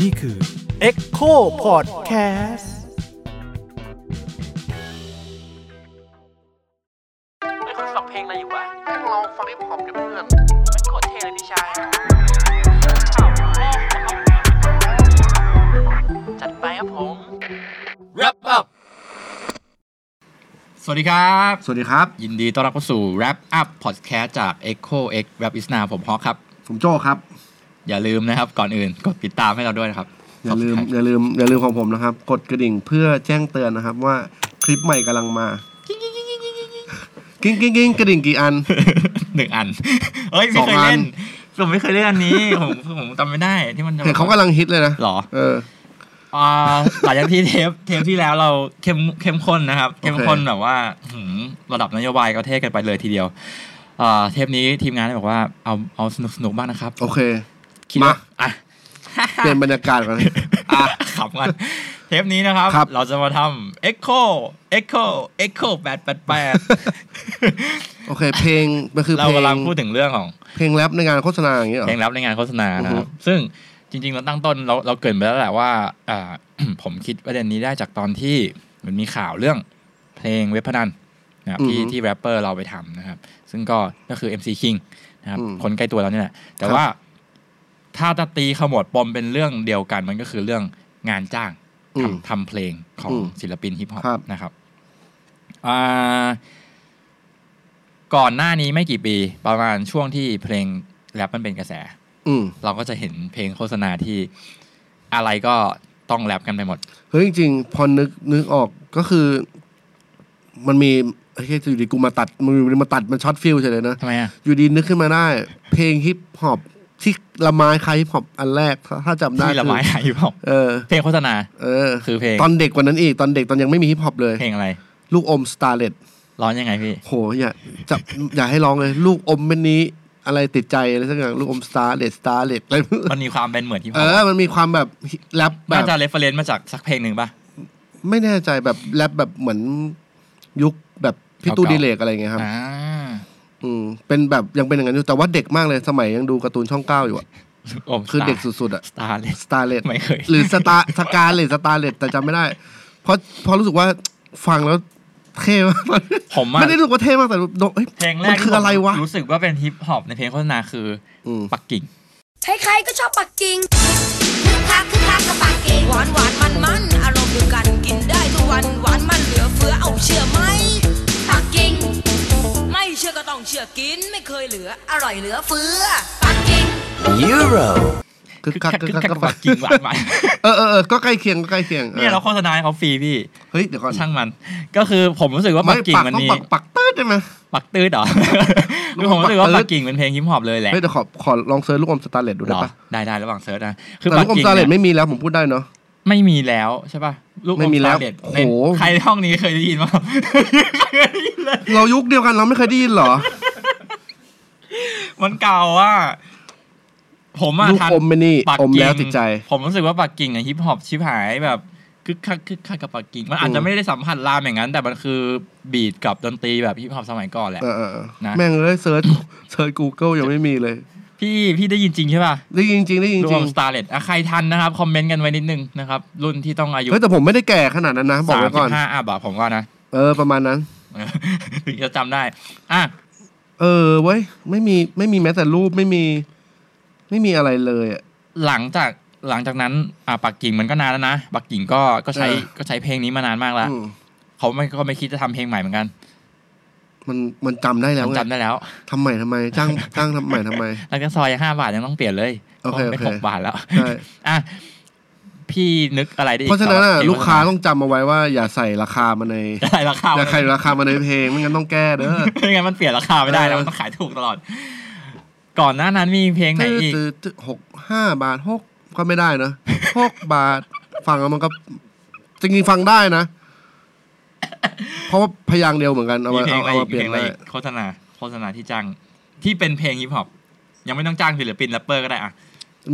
นี่คือ Echo Podcast ไม่คุณฟังเพลงอะไรอยู่วะ แม่งลองฟังฮิปฮอปกับเพื่อน มันโคตรเท่เลยพี่ชายจัดไปครับผม Wrap up สวัสดีครับ สวัสดีครับ ยินดีต้อนรับเข้าสู่ Wrap up Podcast จาก Echo X Wrap is now ผมฮอกครับ ผมโจครับ อย่าลืมนะครับ ก่อนอื่นกดติดตามให้เราด้วยนะครับ อย่าลืม ขบคุณครัอบ ย่าลืม อย่าลืมของผมนะครับ กดกระดิ่งเพื่อแจ้งเตือนนะครับว่าคลิปใหม่กำลังมา กิ้งกิ้งกิ้งกระดิ่งกี่อัน หนึ่งอัน เอ้ย ส ไม่ อง เคย อัน เล่น ผมไม่เคยเล่นอันนี้ ผมผมจำไม่ได้ที่มันจะ เห็นเขากำลังฮิตเลยนะ หรอ เออ อ่าหลังจากที่เทปเทปที่แล้วเราเข้มเข้มข้นนะครับ เข้มข้นแบบว่าหืมระดับนโยบายก็เทศกันไปเลยทีเดียวอ่าเทปนี้ทีมงานได้บอกว่าเอาเอาสนุกสนุกบ้างนะครับ โอเค คิดว่ มา อ่ะ เปลี่ยนบรรยากาศก่อน อ่ะขำกันเทปนี้นะครับ ครับ เราจะมาทำ Echo Echo Echo แปดแปดแปด โอ เค เพลงมันคือ เรา เพลง กำลังพูดถึงเรื่องของ เพลงแรปในงานโฆษณาอย่างนี้เหรอ เพลงรับในงานโฆษณานะครับ ซึ่งจริง ๆ เราตั้งต้นเราเราเกรินไปแล้วแหละว่าอ่า ผมคิดประเด็นนี้ได้จากตอนที่มันมีข่าวเรื่องเพลงเว็บพนันนะครับที่ อือฮึ ที่แรปเปอร์เราไปทำนะครับ ซึ่งก็ก็คือ MC King นะครับ อืม คนใกล้ตัวเราเนี่ยแหละแต่ ครับ ว่าถ้าจะตีขมวดปมเป็นเรื่องเดียวกันมันก็คือเรื่องงานจ้าง อืม ทำทำเพลงของ อืม ศิลปินฮิปฮอป ครับ นะครับอ่าก่อนหน้านี้ไม่กี่ปี ประมาณช่วงที่เพลงแรปมันเป็นกระแส อืม เราก็จะเห็นเพลงโฆษณาที่อะไรก็ต้องแรปกันไปหมด เฮ้ยจริงๆพอนึกนึกออกก็คือ มันมีไอ้เฮ้ยอยู่ดีกูมาตัดมันอยู่ดีมาตัดมันช็อตฟิลเฉยเลยนะ ทำไมอ่ะ อยู่ดีนึกขึ้นมาได้ เพลงฮิปฮอปที่ละไม้คล้ายฮิปฮอปอันแรกถ้าถ้าจำได้ ที่ละไม้ คือ ไหน ฮิปฮอป เออ เพลงโฆษณา เออ คือเพลง ตอนเด็กกว่านั้นอีก ตอนเด็กตอนยังไม่มีฮิปฮอปเลย เพลงอะไร ลูกอมสตาร์เลต ร้อนยังไงพี่ โหอย่าจะอย่าให้ร้องเลย ลูกอมเป็นนี้ อะไรติดใจอะไรสักอย่างลูกอมสตาร์เลตสตาร์เลตอะไร มันมีความเป็นเหมือนฮิปฮ เอ อป อมันมีความแบบแรปแบ น่า บ จะเรฟเฟรนซ์มาจากสักเพลงหนึ่งป่ะ ไม่แน่ใจแบบแรปแบบเหมือนยุคแบบพี่ เก่าๆ ตู้ดีเลกอะไรอย่างเงี้ยครับ อ่า อืมเป็นแบบยังเป็นอย่างนั้นอยู่แต่ว่าเด็กมากเลยสมัยยังดูการ์ตูนช่องเก้าอยู่อะคือเด็กสุดๆอะ สตาร์เลย สตาร์เลต ไม่เคย หรือสตาสกาเลตสตาร์เลตแต่จำไม่ได้ เพราะเพราะรู้สึกว่าฟังแล้วเท่มาก ผมอะ ไม่ได้รู้สึกว่าเท่มากแต่โดเฮ้ย เพลงแร มั ก น ที่ คืออะไรวะ ผมรู้สึกว่าเป็นฮิปฮอปในเพลงโฆษณาคืออ ม ปักกิ่ง ใครๆก็ชอบปักกิ่งคึกคักคึกคักกับปักกิ่งหวานหวานมันมันอารมณ์เดียวกันกินได้ทุกวันหวานมันเหลือเฟือเอาเชื่อไหมปักกิ่งไม่เชื่อก็ต้องเชื่อกินไม่เคยเหลืออร่อยเหลือเฟือปักกิ่ง Euro คือคักคือคัก ก กั บบ ปั ปั ก ก กิ่ กิ่ ง ง หวานหวาน เออเออเออก็ใกล้เคียงก็ใกล้เคียงออ เนี่ยเราโฆษณาให้เขาฟรีพี่ เฮ้ยเดี๋ยวก่อน ช่างมัน ก็คือผมรู้สึกว่าปั ไม่ กกิ่ง ปัก มัน ต้อง มี ปักปักตืดได้ไหม ปักตื้อ เหรอ ลู คือก ผมรู้สึกว่า ปักตื้อ ปักกิ่งเป็นเพลงฮิปฮอปเลยแหละ เฮ้ยเดี๋ยวขอขอลองเซิร์ชลูกอมสตาร์เลตดู หร ได้ อ ปะ ได้ได้ระหว่างเซิร์ชนะคื แต่ อปั ลู ก กอม กิ่ง สตาร์เลต เนี่ย ไม่มีแล้วผมพูดได้เนาะ ไม่มีแล้วใช่ป่ะลูก ไม่มีแล้ว อสตาร์เต โอ้โห ในใครห้องนี้เคยได้ยินบ้างไม่ เคยได้ยินเลย เรายุคเดียวกันเราไม่เคยได้ยินเหรอ มันเก่าอ่ะผมอ่ะ ลูก ทัน อมไม่นี่ ปัก อม กิ่ แล้ว ง ติดใจ ผมรู้สึกว่าปักกิ่งอะฮิปฮอปชิบหายแบบคึกคักคึกคักกับปักกิ่งมันอาจจะ อืม ไม่ได้สัมผัสลามอย่างนั้น แต่มันคือบีทกับดนตรีแบบฮิปฮอปสมัยก่อนแหละ เออเออเออ นะ แม่งเอ้ยเซิร์ชเซิร์ชกูเกิลยังไม่มีเลย พี่พี่ได้ยินจริงใช่ป่ะ ได้ยินจริงได้ยิน ร จ ว ริ ม ง สตาร์เลตใครทันนะครับ คอมเมนต์กันไว้นิดนึงนะครับ รุ่นที่ต้องอายุ เฮ้ยแต่ผมไม่ได้แก่ขนาดนั้นนะ บอก สาม ไว้ สิ ก่อน บห้าอัพอะผมว่านะ เออ ประมาณนั้น ถึงจะจำได้ อ่ะ เออเว้ยไม่มีไม่มีแม้แต่รูปไม่มี ไม่มีอะไรเลยอะ หลังจากหลังจากนั้นอ่ะปักกิ่งมันก็นานแล้วนะ ปักกิ่งก็ก็ใช้ เออ ก็ใช้เพลงนี้มานานมากแล้ว อืม เขาไม่ก็ไม่คิดจะทำเพลงใหม่เหมือนกัน มันมันจำได้แล้ว มัน ไง จำได้แล้ว ทำใหม่ทำไม จ้างจ้างทำใหม่ทำไม หลังจากซอยห้าบาทยังต้องเปลี่ยนเลย โอเค เป็น โอเค หกบาทแล้ว ใช่ อ่ะ พี่นึกอะไรได้อีก เพราะฉะนั้นอะ สำหบเพง ลูกค้าต้องจำเอาไว้ว่าอย่าใส่ราคามาใน ได้ราคา อย่าใส่ราคามาในเพลงไม่งั้นต้องแก้เด้อ ไม่งั้นมันเปลี่ยนราคาไม่ได้นะ เออ มันต้องขายถูกตลอด ก่อนหน้านั้นมีเพลงไหน ตื้อ อีก ตื้อตื้อหกห้าบาทหกก็ไม่ได้นะหกบาท ฟังแล้วมันก็จริงๆฟังได้นะ เพราะว่าพยางค์เดียวเหมือนกันเอา มี มา เพลง เอา อะไรอีเอามาก เปลี่ เพลยน งอะไร ได้ อีกโฆษณาโฆษณาที่จ้างที่เป็นเพลงฮิปฮอปยังไม่ต้องจ้างศิลปินแรปเปอร์ก็ได้อ่ะ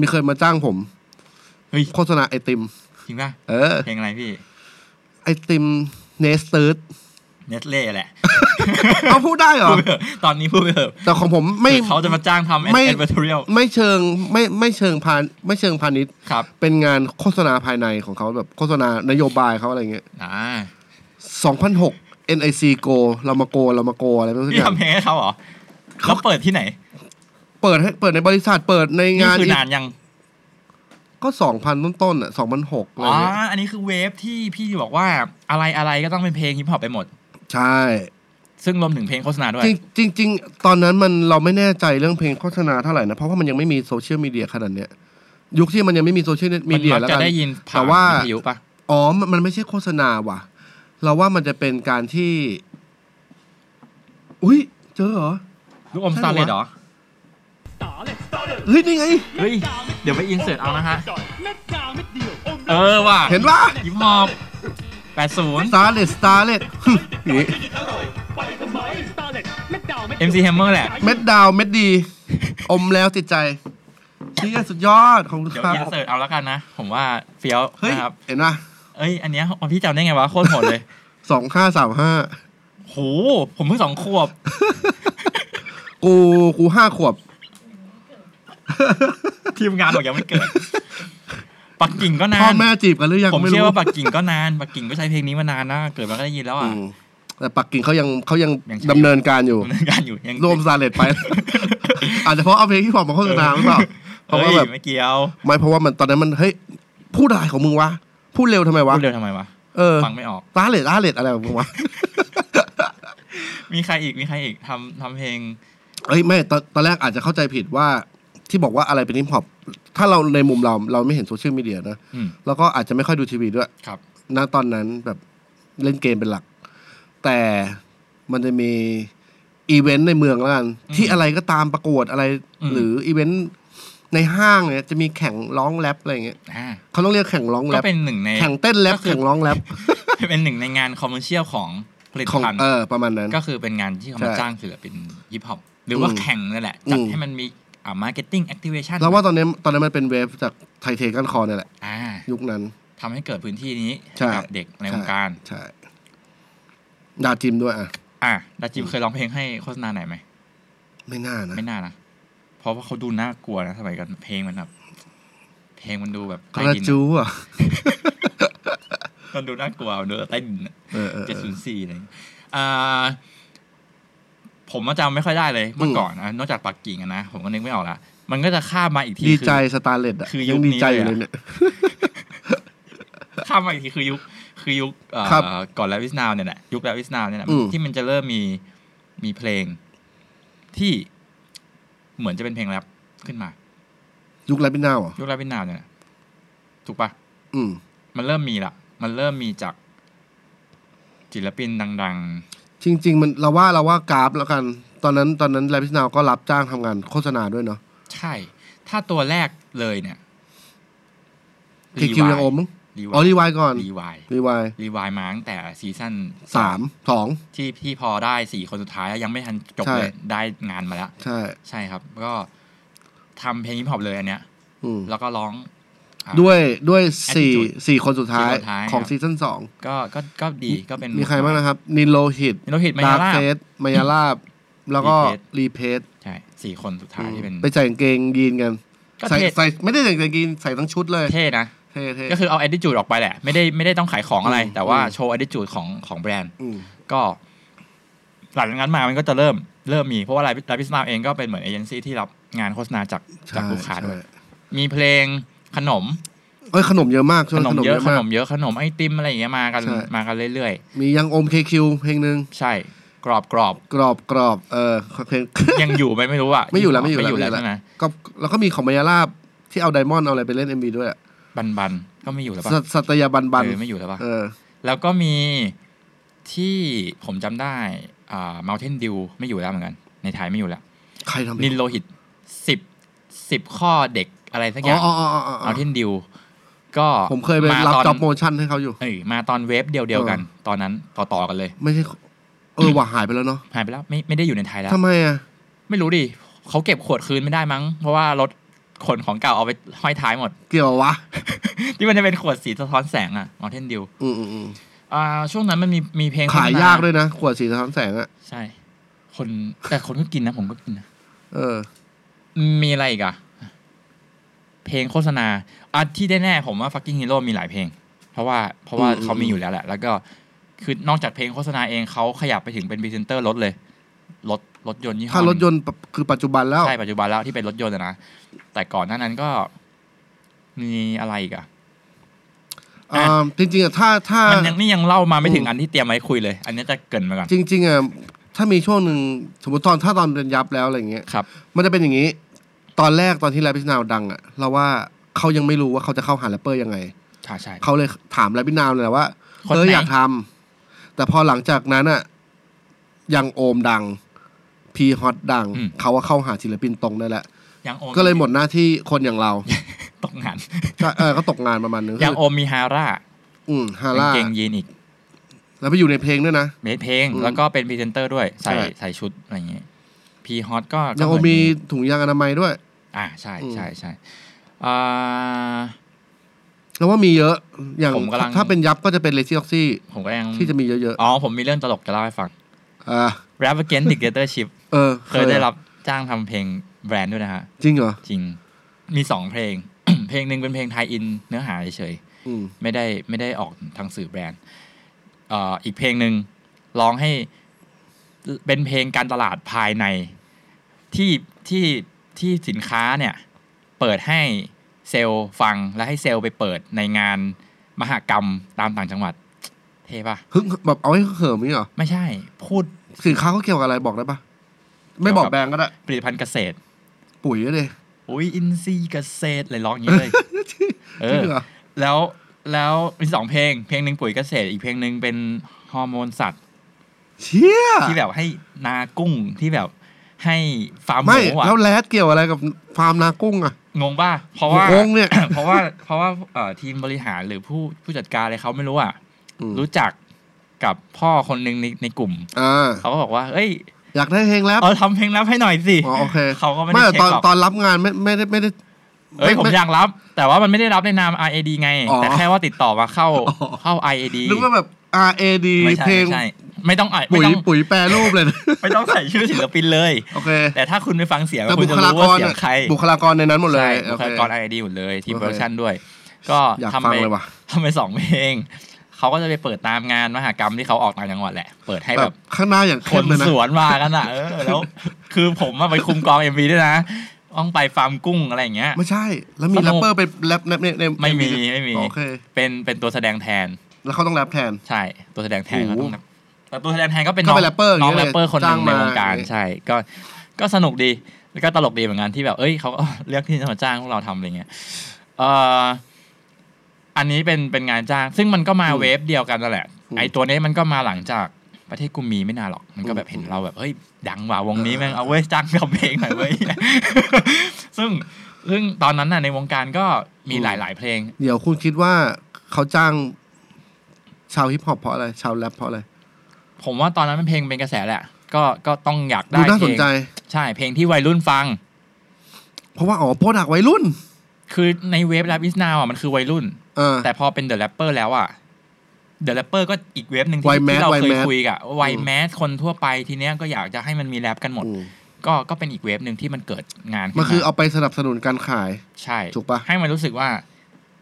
มีเคยมาจ้างผม เฮ้ย โฆษณาไอติม จริงป่ะ เออ เพลงอะไรพี่ ไอติมเนสตืด เนสเล่แหละ เอาพูดได้เหร พูดอไปเถอะตอนนี้พูดไปเถอะ แต่ของผมไม่ เดี๋ยวเขาจะมาจ้างทำแอ ไม่ ดเวอร์ทเรียล ไม่เชิงไม่ไม่เชิงพานไม่เชิงพาณิชย์ ครับ เป็นงานโฆษณาภายในของเขาแบบโฆษณานโยบายเขาอะไรเงี้ย อ่า 2006 NIC Go เรามาโกเรามาโกอะไรไม่รู้สัก นี่ อย่าง ทำเพลงให้เขาเหรอเขาเปิดที่ไหน เปิดให้เปิดในบริษัทเปิดใน นี่ งาน คื อี อก นานยัง ก็2,000ต้นๆอ่ะ2,006อะไร อ๋อ เงี้ย อันนี้คือเวฟที่พี่บอกว่าอะไรอะไรก็ต้องเป็นเพลงฮิปฮอปไปหมด ใช่ ซึ่งรวมถึงเพลงโฆษณาด้วย จริงจริง ๆ ตอนนั้นมันเราไม่แน่ใจเรื่องเพลงโฆษณาเท่าไหร่นะ เพราะว่ามันยังไม่มีโซเชียลมีเดียขนาดเนี้ย ยุคที่มันยังไม่มีโซเชียลมี มัน เดีย มัก แล้ว จะ กัน ได้ยินผ่า แต่ น ว่า วิทยุปะ อ๋อมันมันไม่ใช่โฆษณาว่ะ เราว่ามันจะเป็นการที่ อุ้ยเจอเหรอ ลูกอมสตาร์เลดเหรอ เฮ้ย นี่ไง เฮ้ย เดี๋ยวไปอินเสิร์ตเอานะฮะ เออว่ะ เห็นปะ ฮิปฮอปแปดศูนย์ สตาร์เลสสตา ร์เลสนี่ MC Hammer แหละ เม็ดดาวเม็ดดี อมแล้วติดใจเชี่ยสุดยอดของ เดี๋ยว ครับ อินเสิร์ตเอาแล้วกันนะ ผมว่าเฟี้ยว เฮ้ย นะครับ เห็นปะ เอ้ย อันเนี้ยพี่จำได้ไงวะ โคตรโหดเลย สองห้าสามห้า โห ผมเพิ่งสองขวบ กูกูห้าขวบ ทีมงานบอกยังไม่เกิด ปักกิ่งก็นา พ่อน แม่จีบกันหรือยัง ผม ไม่ เชื่อ รู้ ว่าปักกิ่งก็นาน ปักกิ่งก็ใช้เพลงนี้มานานนะเกิดมาก็ได้ยินแล้ว อื อ่ะ มแต่ปักกิ่งเขายังเขายัง ยังใช้ ดำเนินการอยู่ ดำเนินการอยู่ยัง รวมซาเลตไป อาจจะเพราะเอาเพลงที่ผมมาโฆษณาหรือเปล่าเพ เฮ้ ราะ ย ว่าแบบ ไม่เกี่ยว ไม่เพราะว่ามันตอนนั้นมันเฮ้ยพูดอะไรของมึงวะพูดเร็วทำไมวะ พูดเร็วทำไมวะ เออ ฟังไม่ออก ซาเลตซาเลตอะไรของมึงวะ มีใครอีก มีใครอีกทำทำเพลง เอ้ยไม่ตอนตอนแรกอาจจะเข้าใจผิดว่าที่บอกว่าอะไรเป็นฮิปฮอปถ้าเราในมุมเราเราไม่เห็นโซเชียลมีเดียนะ อืม แล้วก็อาจจะไม่ค่อยดูทีวีด้วย ครับ ณตอนนั้นแบบเล่นเกมเป็นหลัก แต่มันจะมีอีเวนต์ในเมืองแล้วกัน ที่อะไรก็ตามประกวดอะไร อืม หรืออีเวนต์ในห้างเนี่ยจะมีแข่งร้องแรปอะไรอย่างเงี้ย อ่า เขาต้องเรียกแข่งร้องแร ก็ ป เป็นหนึ่งใน แข่งเต้นแรป ก็คือ แข่งร้องแรป เป็นหนึ่งในงานคอมเมอรเชียลของผลิต ของ ภัณฑ์ เออประมาณนั้น ก็คือเป็นงานที่เขามา ใช่ จ้างศิลปินฮิปฮอปหรือว่า อืม แข่งนั่นแหละ จัด อืม ให้มันมีอ่ามาร์เก็ตติ้งแอคทิเวชัน เราว่าตอนนี้ตอนนั้นมันเป็นเวฟจากไทเทกันคอเนี่ยแหละ อ่า ยุคนั้น ทำให้เกิดพื้นที่นี้ ใช่ ให้กับเด็กในวงการ ใช่ใช่ดาจิมด้วยอ่ะ อ่ะดาจิมเคยร้องเพลงให้โฆษณาไหนไหม ไม่น่านะ ไม่น่านะ เพราะว่าเขาดูน่ากลัวนะสมัยกันเพลงมันแบบเพลงมันดูแบบ ก ใต้ ระ ดิน จูอ่ะ มันดูน่ากลัวมันดูใต้ดินอะ เออเออ เจ็ด เอ ศู อ นย์สี่อะไรอย่างเงี้ยอ่าผมก็จำไม่ค่อยได้เลยเมื่อก่อนนะนอกจากปักกิ่งอะนะ ผมก็นึกไม่ออกละ มันก็จะข้ามมาอีกที ดี คือ ใจสตาร์เลตอ่ะ คือยุ ยั ค ง นี้ ดีใจอยู่ เลอะเลย ยเนี่ย ข้ามมาอีกทีคือยุค คือยุคเอ่อ ครับ ก่อนแลวิสนาวเนี่ยแหละยุคแลวิสนาวเนี่ยแหละ อืม ที่มันจะเริ่มมีมีเพลง ที่เหมือนจะเป็นเพลงแรปขึ้นมา ยุคแรปปิ้นนาวอ่ะ ยุคแลวิสนาวเนี่ยแหละถูกปะ อืม มันเริ่มมีละมันเริ่มมีจากศิลปินดัง จริง ๆ มันเราว่าเราว่ากราฟแล้วกัน ตอนนั้นตอนนั้นแรปพิสนาวก็รับจ้างทำงานโฆษณาด้วยเนาะ ๆ ใช่ ถ้าตัวแรกเลยเนี่ย ทีคิวยังโอมมั้ง รีวาย อ๋อรีวายก่อน รีวาย รีวาย รีวายมาตั้งแต่ซีซั่น สามสอง ที่ที่พอได้สี่คนสุดท้ายแล้วยังไม่ทันจบ ใช่ เลยได้งานมาแล้ว ใช่ ใช่ครับ ก็ทำเพลงฮิปฮอปเลยอันเนี้ย อืม แล้วก็ร้องอ่ะ ด้วยด้วยสี่ Attitude สี่คนสุดท้าย สี่คนสุดท้าย ของ ครับ ซีซั่นสอง ก็ก็ก็ดีก็เป็น มีใครบ้างนะครับ นินโลหิต นิโรหิตมายา ดาร์ ลา เฟสมายาลาบ แล้วก็รีเพส ใช่สี่คนสุดท้ายที่เป็น ไปใส่กางเกงยีนกัน ก็ ใส่ เท่ ใส่ไม่ได้ใส่กางเกงยีนใส่ทั้งชุดเลย เท่นะ เท่เท่ ก็คือเอาแอดดิจูดออกไปแหละ ไม่ได้ไม่ได้ต้องขายของอะไร อืม แต่ว่า อืม โชว์แอดดิจูดของของแบรนด์ อืม ก็หลังจากนั้นมามันก็จะเริ่มเริ่มมีเพราะว่าไลฟ์ไลฟ์พิสนาเองก็เป็นเหมือนเอเจนซี่ที่รับงานโฆษณาจากจากลูกค้าด้วย มีเพลงขนม เอ้ยขนมเยอะมากช่ว ข ง น นั้มนขนม เย เย อะ อะ ข มาก นมเยอะขนมไอติมอะไรอย่างเงี้ยมากัน ใช่ มากันเรื่อย มียังอมเคคิวเพลงหนึ่ง ๆ ใช่กรอบกรอบ กรอบกรอบเออเพลง ๆ ยังอยู่ไหมไม่รู้อ่ะ ไม่อยู่แล้วไม่ ง อไม่อยู่แล้วยู่แล้ว ไม่อยู่แล้ว ใช่ไหม ก็แล้วก็มีของมายาลาบที่เอาไดมอนด์เอาอะไรไปเล่น MV ด้วยอะ บันบันๆก็ไม่อยู่แล้ว สั ป่ะ ตสัตยาบันบัน เออไม่อยู่แล้วป่ะ เออ แล้วก็มีที่ผมจำได้อ่า Mountain Dew ไม่อยู่แล้วเหมือนกัน ในไทยไม่อยู่แล้ว ใครทำ นิ อีก นโลหิตสิบสิบข้อเด็กอะไรสักอ อ๋อย่าง อ๋ออ๋ออ๋ออ๋อ Mountain Dew ก็ ผมเคยไปรับ มาต จ็ อ อน บโมชั่นให้เขาอยู่ เออมาตอนเวฟเดียวเดียวกัน ตอนนั้นต่อต่อๆกันเลย ไม่ใช่ เออว่าหายไปแล้วเนาะ หายไปแล้วไม่ไม่ได้อยู่ในไทยแล้ว ทำไมอ่ะ ไม่รู้ดิเขาเก็บขวดคืนไม่ได้มั้ง เพราะว่ารถขนของเก่าเอาไปห้อยท้ายหมด เกี่ยววะ ที่มันจะเป็นขวดสีสะท้อนแสงอะมอเทนดิว อืมอืมอืม อ่าช่วงนั้นมันมีมีเพลงโขายฆษณ ยากด้วยนะ ขวดสีสะท้อนแสงอะ ใช่ คนแต่คนก็กินนะ ผมก็กินนะ เออ มีอะไรอีกอะเพลงโฆษณาอันที่แน่ๆผมว่า fucking hero มีหลายเพลง เพราะว่าเพราะว่า อืม เขามีอยู่แล้วแหละ แล้วก็คือนอกจากเพลงโฆษณาเองเขาขยับไปถึงเป็นพรีเซนเตอร์รถเลย รถรถยนต์ยี่ห้อ ถ้ารถ หง ยนต์ปะคือปัจจุบันแล้ว ใช่ ปัจจุบันแล้วที่เป็นรถยนต์อะนะ แต่ก่อนหน้านั้นก็มีอะไรอีกอะ อ่าจริงๆอ่ะถ้าถ้า มันยังนี่ยังเล่ามาไม่ถึง อืม อันที่เตรียมไว้คุยเลย อันนี้จะเกรินมาก่อน จริงๆอ่ะถ้ามีช่วงหนึ่งสมมติตอนถ้าตอนเป็นยับแล้วอะไรอย่างเงี้ย ครับ มันจะเป็นอย่างนี้ ตอนแรกตอนที่แรปปิ้นาวดังอ่ะ เราว่าเขายังไม่รู้ว่าเขาจะเข้าหาแรปเปอร์ยังไง ใช่ใช่ เขาเลยถามแรปปิ้นาวเลยแหละว่า คน เออ ไหน อยากทำแต่พอหลังจากนั้นอ่ะยังโอมดัง พีฮอตดัง เขาว่าเข้าหาศิลปินตรงได้แล้ว ยังโอม ก็เลยหมดหน้าที่คนอย่าง เรา ตกงาน ใช่เออก็ตกงานประมาณนึง ยังโอมมีฮาร่า อืมฮา เป็น ร่า เกงยีนอีก แล้วไปอยู่ในเพลงด้วยนะ เมดเพลง อืม แล้วก็เป็นพรีเซนเตอร์ด้วย ใส่ ใช่ ใส่ชุดอะไรอย่างเงี้ยพีฮอตก็ก็ ยัง เห โอ อน มมีถุงยางอนามัยด้วย อ่าใช่ อืม ใช่ใช่อ่า แล้วว่ามีเยอะ อย่าง ผมกำลัง ถ้าเป็นยับก็จะเป็นเลซี่ออกซี่ ผมก็ยัง ที่จะมีเยอะ อ๋อ ผมมีเรื่องตลกจะเล่าให้ฟัง ๆอ่า Rap Against Dictatorship เออ เคยได้รับจ้างทำเพลงแบรนด์ด้วยนะฮะ จริงเหรอ จริง มีสองเพลง เพลงหนึ่งเป็นเพลงไทยอินเนื้อหาเฉย อืม ๆ ไม่ได้ไม่ได้ออกทางสื่อแบรนด์เอ่ออีกเพลงหนึ่งร้องให้เป็นเพลงการตลาดภายใน ที่ที่ที่สินค้าเนี่ย เปิดให้เซลล์ฟังและให้เซลล์ไปเปิดในงานมหกรรมตามต่างจังหวัด เท่ปะ ฮึกแบบเอาให้ฮึกเหิมนี่เหรอ ไม่ใช่ พูด สินค้าเขาเกี่ยวกับอะไรบอกได้ปะไม่บอกแบรนด์ก็ได้ ผลิตภัณฑ์เกษตร ปุ๋ยก็เลย อุ้ยอินซีย์เกษตรเลยร้องอย่างนี้เลย เอ จริ อง เหรอ แล้วแล้วมีสองเพลง เพลงหนึ่งปุ๋ยเกษตร อีกเพลงหนึ่งเป็นฮอร์โมนสัตว์ เชี่ย ที่แบบให้นากุ้งที่แบบให้ฟาร์มห ไม่ มูอ่ะ แล้วแรดเกี่ยวอะไรกับฟาร์มนากุ้งอ่ะ งงป่ะเพราะว่า โอ้งเนี่ย เพราะว่าเพราะว่าเอ่อทีมบริหารหรือผู้ผู้จัดการอะไรเขาไม่รู้อ่ะ อืม รู้จักกับพ่อคนหนึ่งในในกลุ่ม อ่า เขาก็บอกว่า เอ้ย อยากได้เพลงแรป เออทำเพลงรับให้หน่อยสิ อ๋อโอเค เขาก็ไม่ ไม่ ได้ แต่ เช็คหตอนรอก ตอนรับงานไม่ไม่ได้ไม่ได้ เอ้ย ไม่ ผม ไม่ อยากรับ แต่ว่ามันไม่ได้รับในนาม RAD ไง อ๋อ แต่แค่ว่าติดต่อมาเข้า อ๋อ เข้า IAD นึกว่าแบบ R A D ไม่ใช่ เพลง ไม่ใช่ไม่ต้องอ่ะไม่ ปุ๋ย ต้อง ปุ๋ยแปรรูปเลยนะ ไม่ต้องใส่ชื่อศิลปินเลย โอเค แต่ถ้าคุณไปฟังเสียง แต่ คุ บุ ณจะ คลา รู้ ก ว่าร เสียง น่ะ ใคร บุคลากรในนั้นหมดเล ใช่ ย บุ โอ ค เค ลากร IAD หมดเลยทีม โอเค โปรดักชั่นด้วย ก็ อยาก ทำ ฟัง ไป เลยว่ะ ทำไปสองเพลง เขาก็จะไปเปิดตามงานมหกรรมที่เขาออกต่างจังหวัดแหละ เปิดให้ แบ แบบ บ ข้างหน้าอย่าง ค เข้ น มเลยนะ สวนมากันอ่ะเออแล้ว คือผมอะไปคุมกอง MV ด้วยนะต้องไปฟาร์มกุ้งอะไรอย่างเงี้ย ไม่ใช่ แล้วมี สนุก แรปเปอร์ไปแรปในในใน ไม่มีไม่มี โอเค เป็นเป็นตัวแสดงแทน แล้วเขาต้องแรปแทน ใช่ ตัวแสดงแทนก็ โอ้โห ต้องแต่ตัวแสดงแทนก็เป็น ก็ น้อง เป็นแรปเปอร์อย่าง น้อง เงี้ แร ย ปเปอร์คนห จ้า นึ่งในงมาว งการ อย่างเงี้ย ใช่ก็ก็สนุกดีแล้วก็ตลกดีเหมือนกันที่แบบ เอ้ยเขาก็ เลือกที่จะมาจ้างพวกเราทำอะไรเงี้ยเอ่ออันนี้เป็นเป็นงานจ้าง ซึ่งมันก็มา อืม เวฟเดียวกันนั่นแหละ อืม ไอตัวนี้มันก็มาหลังจากประเทศกูมีไม่นานหรอก มันก็แบบ อืม เห็นเราแบบเฮ้ยดังว่ะวงนี้แม่งเอาเว้ยจ้างทำเพลงหน่อย เว้ย ซึ่งซึ่งตอนนั้นน่ะในวงการก็มีหลาย ๆ เพลง เดี๋ยวคุณคิดว่าเขาจ้างชาวฮิปฮอปเพราะอะไร ชาวแรปเพราะอะไร ผมว่าตอนนั้นมันเพลงเป็นกระแสแหละ ก็ก็ต้องอยากได้ ดูน่า เพ ส ล น ง ใจ ใช่เพลงที่วัยรุ่นฟัง เพราะว่า อ๋อโปรดักวัยรุ่น คือในเวฟแรปอิสนาวอ่ะมันคือวัยรุ่น เออ แต่พอเป็นเดอะแรปเปอร์แล้วอ่ะเดอะแรปเปอร์ก็อีกเวฟหนึ่งที่ วัยแมส ที่เรา วัย เคย แมส คุยกับวัยแมสคนทั่วไปทีเนี้ยก็อยากจะให้มันมีแรปกันหมด อืม ก็ก็เป็นอีกเวฟหนึ่งที่มันเกิดงานขึ้ มัน น คือ มา เอาไปสนับสนุนการขาย ใช่ ถูกปะ ให้มันรู้สึกว่า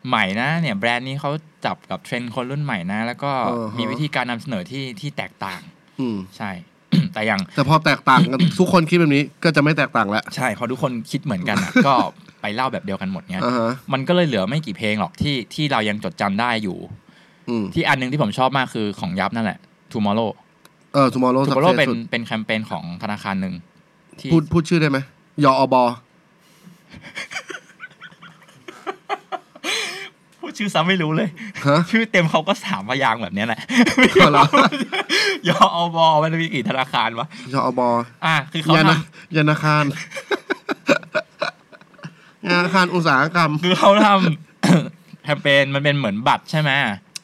ใหม่นะเนี่ยแบรนด์นี้เขาจับกับเทรนด์คนรุ่นใหม่นะ แล้วก็ เออฮะ มีวิธีการนำเสนอที่ที่แตกต่าง อืม ใช่ แต่อย่าง แต่พอแตกต่างกัน ทุกคนคิดแบบนี้ก็จะไม่แตกต่างแล้ว ใช่พอทุกคนคิดเหมือนกัน อะ ก็ไปเล่าแบบเดียวกันหมดเนี่ย อ่าฮะ มันก็เลยเหลือไม่กี่เพลงหรอกที่ที่เรายังจดจำได้อยู่ อืม ที่อันหนึ่งที่ผมชอบมากคือของยับนั่นแหละ Tomorrow เออทูมอร์โล Tomorrow เป็นเป็นแคมเปญของธนาคารหนึ่งที่ พูดพูดชื่อได้ไหมยออบอ พูดชื่อซ้ำไม่รู้เลย ฮะ ชื่อเต็มเขาก็สามพยางค์แบบเนี้ยแหละ เอาเหรอ ยอเอาบอมันมีกี่ธนาคารวะ ยออบอ อ่ะคือเขา ยา ท นะยานาคาร ยานาคารอุตสาหกรรม ำคือเขาทำ แคมเปญมันเป็นเหมือนบัตรใช่ไหม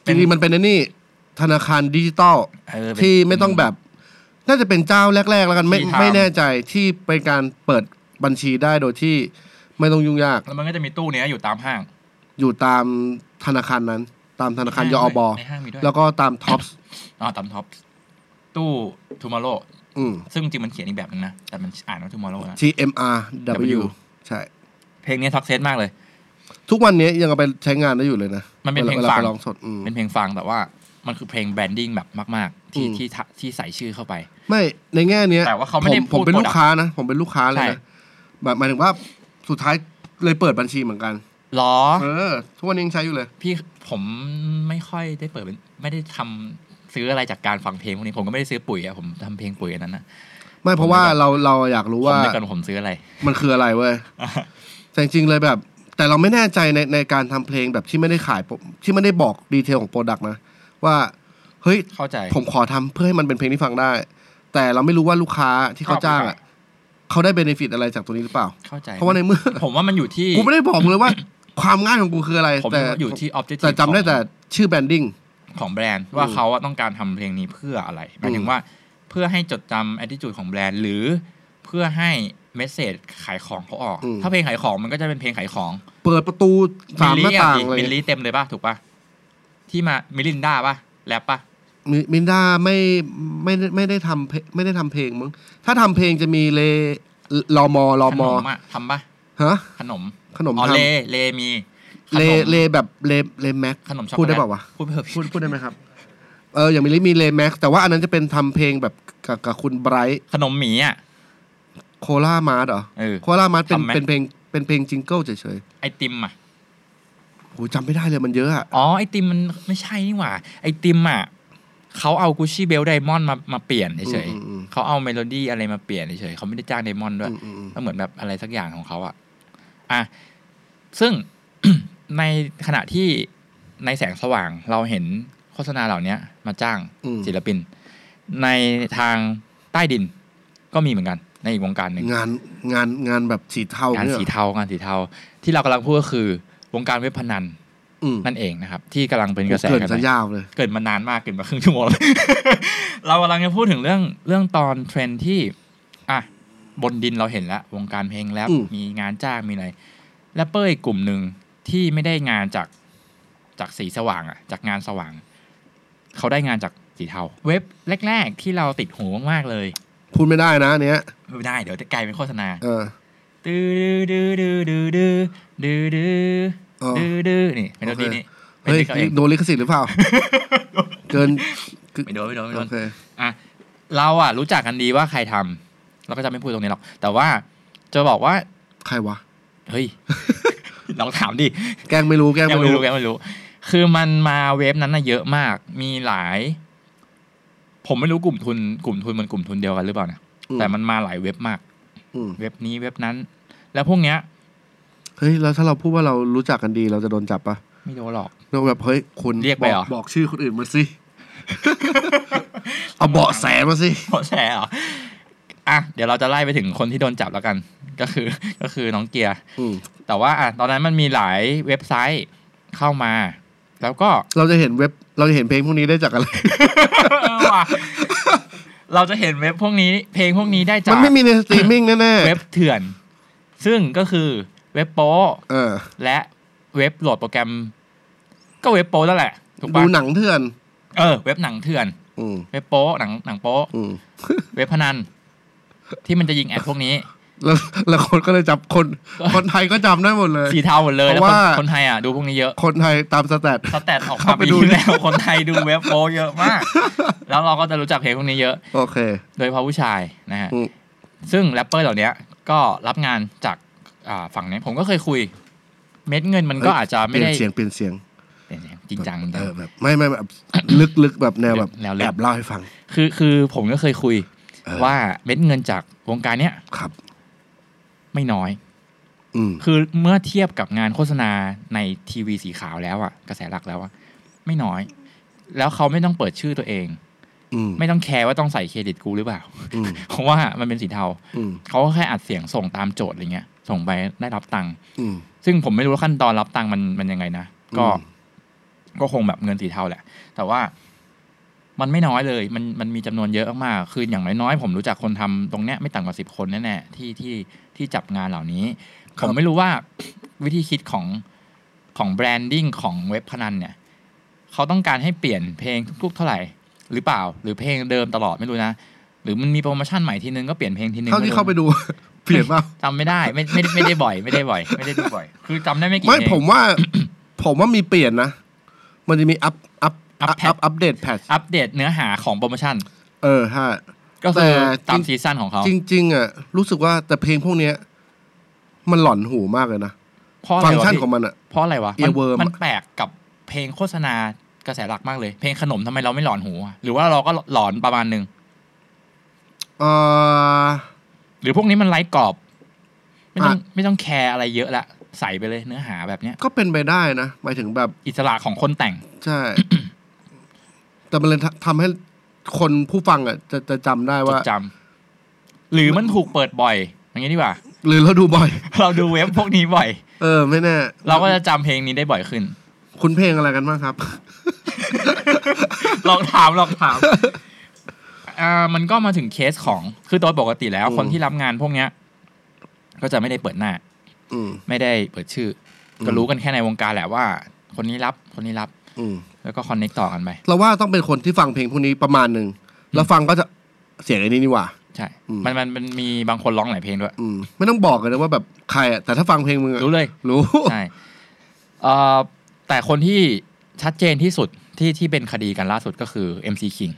จริงๆมันเป็นไอ้นี่ ธนาคารดิจิตอล เออเป็น ที่ไม่ต้องแบบ น่าจะเป็นเจ้าแรก ๆ แล้วกันไม่ ที่ทำ ไม่แน่ใจที่เป็นการเปิดบัญชีได้โดยที่ไม่ต้องยุ่งยาก แล้วมันก็จะมีตู้เนี้ยอยู่ตามห้าง อยู่ตามธนาคารนั้น ตามธนาคารย ห้ง อ ด้ว บอ ในห้างมีด้วย แล้วก็ตามท็อปส์ อ๋อตามท็อปตู้ทูม o โ r อืม ซึ่งจริงๆมันเขียนอีกแบบนึงนะ แต่มันอ่านว่าทูม o โ r นะ TMRW W ใช่ เพลงนี้ท็อกเซตมากเลย ทุกวันนี้ยังเอาไปใช้งานได้อยู่เลยนะ มันเป็นเพลง วา ฟัง ไปร้องสดอืม เป็นเพลงฟังแต่ว่ามันคือเพลงแบรนดิ้งแบบมาก ๆ ที่ที่ทะที่ใส่ชื่อเข้าไป ไม่ในแง่เนี้ย แต่ว่าเขาไม่ได้ ผ พูดมผมเป็นลูก product ค้านะ ผมเป็นลูกค้าเลย ใช่ นะแบบหมายถึงว่าสุดท้ายเลยเปิดบัญชีเหมือนกัน หรอ เออ ทุกวันนี้ยังใช้อยู่เลย พี่ผมไม่ค่อยได้เปิดเป็นไม่ได้ทำซื้ออะไรจากการฟังเพลงพวกนี้ผมก็ไม่ได้ซื้อปุ๋ยอะผมทำเพลงปุ๋ยอันนั้นนะ ไม่เพราะว่าเราเราอยากรู้ ผม ว่า นึกกันว่าผมซื้ออะไร มันคืออะไรเว้ย แต่จริงๆเลยแบบ แต่เราไม่แน่ใจในในการทำเพลงแบบที่ไม่ได้ขาย ที่ไม่ได้บอกดีเทลของโปรดักต์นะ ว่า เฮ้ย เข้าใจ ผมขอทำเพื่อให้มันเป็นเพลงที่ฟังได้ แต่เราไม่รู้ว่าลูกค้าที่เขาจ้างอ่ะเขาได้เบนฟิตอะไรจากตัวนี้หรือเปล่า เข้าใจ เพราะว่าในเมื่อ ผมว่ามันอยู่ที่ กูไม่ได้บอกมึงเลยว่า ความง่ายของกูคืออะไร ผม แต่ ว่าอยู่ที่ objective แต่จำได้แต่ชื่อแบรนดิ้ง ของแบรนด์ อื ว่าม เขาอะต้องการทำเพลงนี้เพื่ออะไรหมายถึ อื ง ม ว่าเพื่อให้จดจำ attitude ของแบรนด์ หรือเพื่อให้เมสเซจขายของเขาออก ถ้าเพลงขายของมันก็จะเป็นเพลงขายของ เปิดประตูสามหน้าต่าง มิลลี่อะเลมิยลลี่เต็มเลยป่ะถูกป่ะที่มามิลินดาป่ะแรปป่ะ มิมินดาไม่ไม่ได้ไม่ได้ทำเพลงไม่ได้ทำเพลงมั้งถ้าทำเพลงจะมีเลลอมอลอ ข ม น อ มอะทำป่ะ ฮะ ขนม ขนม อ๋อ ทำ เลเลมีขนม เลเลแบบเลเลแม็ก ขนมช็อกโกแลต พูดได้เปล่าวะ พูดไปเถอะ พูดพูดได้ไหมครับ เอออย่างมิลลี่มีเลแม็กแต่ว่าอันนั้นจะเป็นทำเพลงแบบกับกับคุณไบรท์ ขนมหมีอ่ะ โคล่ามาร์เหรอ เออ โคล่ามาร์เป็น ทำไหม เป็นเพลงเป็นเพลงจิงเกิลเฉย ไอติมอ่ะ ๆโหจำไม่ได้เลยมันเยอะอะ อ๋อ ไอติมมันไม่ใช่นี่หว่า ไอติมอ่ะเขาเอากุชชี่เบลไดมอนด์มามาเปลี่ยนเฉย อืม ๆเขาเอาเมโลดี้อะไรมาเปลี่ยนเฉยๆเขาไม่ได้จ้างไดมอนด์ด้วย อืมอืมอืม ก็เหมือนแบบอะไรสักอย่างของเขาอ่ะอ่ะซึ่ง ในขณะที่ในแสงสว่างเราเห็นโฆษณาเหล่านี้มาจ้าง อืม ศิลปิน ในทางใต้ดินก็มีเหมือนกันในอีกวงการหนึ่ง งานงานงานแบบสีเทาง าน เนี่ย สีเทางานสีเทาที่เรากำลังพูดก็คือวงการเว็บพนัน อืม นั่นเองนะครับ ที่กำลังเป็นกระแส เกิน กัน ซะ ไป ยาวเลย เกิดมานานมากเกิดมาครึ่งชั่วโมงแล้ว เรากำลังจะพูดถึงเรื่องเรื่องตอนเทรนด์ที่อ่ะบนดินเราเห็นแล้ววงการเพลงแรป อืม มีงานจ้างมีอะไรแรปเปอร์อีกกลุ่มหนึ่งที่ไม่ได้งานจากจากสีสว่างอะจากงานสว่าง เขาได้งานจากสีเทา เว็บแรก ๆ ที่เราติดหูมากๆเลย พูดไม่ได้นะอันเนี้ย ไม่ได้เดี๋ยวจะกลายเป็นโฆษณา เออ ดื้อดื้อดื้อดื้อดื้อดื้อดื้อ อ๋อ ดื้อดื้อนี่เมโลดี้นี่ เฮ้ย เป็นลิขสิทธิ์ โดนลิขสิทธิ์หรือเปล่า เกิน ไม่โดนไม่โดนไม่โด โอน เค อ่ะเราอ่ะรู้จักกันดีว่าใครทำเราก็จะไม่พูดตรงนี้หรอก แต่ว่าจะบอกว่า ใครวะ เฮ้ย ลองถามดิ แกล้งไม่รู้แกล้ง ยัง ไม่ ไม่ รู้ รู้ยังไม่รู้ คือมันมาเว็บนั้นน่ะเยอะมาก มีหลาย ผมไม่รู้กลุ่มทุน กลุ่มทุนมันกลุ่มทุนเดียวกันหรือเปล่านะ อืม แต่มันมาหลายเว็บมาก อืม เว็บนี้เว็บนั้น แล้วพวกเนี้ย เฮ้ยแล้วถ้าเราพูดว่าเรารู้จักกันดีเราจะโดนจับปะ ไม่โดนหรอก เราแบบเฮ้ยคุณ เรียกไปเหรอ บบอกชื่อคนอื่นมาสิ เอาเบาะแสมาสิ โพสแชร์เหรออ่ะ เดี๋ยวเราจะไล่ไปถึงคนที่โดนจับแล้วกัน ก็คือ ก็คือน้องเกียร์ อืม แต่ว่าอ่ะตอนนั้นมันมีหลายเว็บไซต์เข้ามา แล้วก็ เราจะเห็นเว็บเราจะเห็นเพลงพวกนี้ได้จากอะไร เออว่ะเราจะเห็นเว็บพวกนี้ เพลงพวกนี้ได้จา มัน ก ไม่มีในสตรีมมิ่งแน่ เว็บเถื่อน ซึ่งก็คือเว็บโป้ ๆเออ และเว็บโหลดโปรแกรม ก็เว็บโป้นั่นแหละ ถูก ดู ปะ หนังเถื่อน เออ เว็บหนังเถื่อน อืม เว็บโป้หนังหนังโป้ อืม เว็บพนัน ที่มันจะยิงแอดพวกนี้ แล้วแล้วคนก็เลยจับคนคนไทยก็จำได้หมดเลย สีเทาหมดเลย เพ แล้วคราะน ว่า คนไทยอ่ะดูพวกนี้เยอะ คนไทยตามสแตท สแตทออก เข้า มา ไป ไป ดู ดูแล้ว คนไทยดูเว็บโปเยอะมาก แล้วเราก็จะรู้จักเพลงพวกนี้เยอะ โอเค โดยเฉพาะผู้ชายนะฮะ อืม ซึ่งแรปเปอร์เหล่าเนี้ย ก็รับงานจากอ่าฝั่งนี้ผมก็เคยคุย เม็ดเงินมันก็อาจจะ เป ไม่ ลี่ยน ได้ เสียงเปลี่ยนเสียง เปลี่ยนเสียงจริงจัง เออแบบไม่ไม่แบบ ลึกลึกแบบแนวแบบ แนวลึก แอบเล่าให้ฟัง คือคือผมก็เคยคุย เออ ว่าเม็ดเงินจากวงการเนี้ย ครับ ไม่น้อย อืม คือเมื่อเทียบกับงานโฆษณาในทีวีสีขาวแล้วอะกระแสหลักแล้วอะไม่น้อย แล้วเขาไม่ต้องเปิดชื่อตัวเอง อืม ไม่ต้องแคร์ว่าต้องใส่เครดิตกูหรือเปล่า อืม เพราะว่ามันเป็นสีเทา อืม เขาก็แค่อัดเสียงส่งตามโจทย์อะไรเงี้ย ส่งไปได้รับตังค์ อืม ซึ่งผมไม่รู้ว่าขั้นตอนรับตังค์มันมันยังไงนะก็ อืม ก็คงแบบเงินสีเทาแหละ แต่ว่ามันไม่น้อยเลย มันมันมีจำนวนเยอะมากๆคืออย่างน้อยๆผมรู้จักคนทำตรงเนี้ยไม่ต่ำกว่าสิบคนแน่ๆที่ที่ที่จับงานเหล่านี้ ผม ไม่รู้ว่าวิธีคิดของของแบรนดิ้งของเว็บพนันเนี่ย เขาต้องการให้เปลี่ยนเพลงทุกๆ เท่าไหร่ หรือเปล่า หรือเพลงเดิมตลอดไม่รู้นะ หรือมันมีโปรโมชั่นใหม่ทีนึงก็เปลี่ยนเพลงทีนึง เท่าที่เข้าไปดู เปลี่ยนเปล่า จำไม่ได้ไม่ไม่ไม่ได้บ่อย ไม่ได้บ่อย ไม่ได้ดูบ่อย คือจำได้ไม่กี่ ไม่ เพลง ผมว่า ผมว่ามีเปลี่ยนนะ มันจะมีอัพอัพ up อัพ patch อัพเดตแพท อัปเดตเนื้อหาของโปรโมชั่น เออฮะ ก็คือ แต่ ตาม จริง ซีซั่นของเขา จริง ๆอ่ะรู้สึกว่าแต่เพลงพวกเนี้ย มันหลอนหูมากเลยนะ เพราะอะไร ฟังก์ วะ ชัน พี่ ของมันอ่ะ เพราะอะไรวะ Earworm มันแปลกกับเพลงโฆษณากระแสหลักมากเลย เพลงขนมทำไมเราไม่หลอนหูอะหรือว่าเราก็หลอนประมาณหนึ่ง เออ หรือพวกนี้มันไร้กรอบ ไม่ต้อง อ่ะ ไม่ต้องแคร์อะไรเยอะละใส่ไปเลยเนื้อหาแบบเนี้ย ก็เป็นไปได้นะหมายถึงแบบ อิสระของคนแต่ง ใช่ แต่มันเลยทำทำให้คนผู้ฟังอ่ะ จะจะจำได้ จ ว่า ดจำหรือมันถูกเปิดบ่อย อย่างนี้ดีกว่า หรือเราดูบ่อย เราดูเว็บพวกนี้บ่อย เออ ไม่แน่ เราก็จะจำเพลงนี้ได้บ่อยขึ้น คุณเพลงอะไรกันบ้างครับ ลองถามลองถามอ่ามันก็มาถึงเคสของคือโดยปกติแล้ว อืม คนที่รับงานพวกเนี้ย ก็จะไม่ได้เปิดหน้า อืม ไม่ได้เปิดชื่ออ ม ก็รู้กันแค่ในวงการแหละว่า คนนี้รับคนนี้รับ อืม แล้วก็คอนเน็กต่อกันไป เราว่าต้องเป็นคนที่ฟังเพลงพวกนี้ประมาณหนึ่งแล้วฟังก็จะเสียงไอ้นี้นี่หว่า ใช่ อืม มันมันมันมีบางคนร้องหลายเพลงด้วย อืม ไม่ต้องบอกกันนะว่าแบบใครอ่ะแต่ถ้าฟังเพลงมึงอะ รู้เลย รู้ ใช่เอ่อแต่คนที่ชัดเจนที่สุดที่ที่เป็นคดีกันล่าสุดก็คือ MC King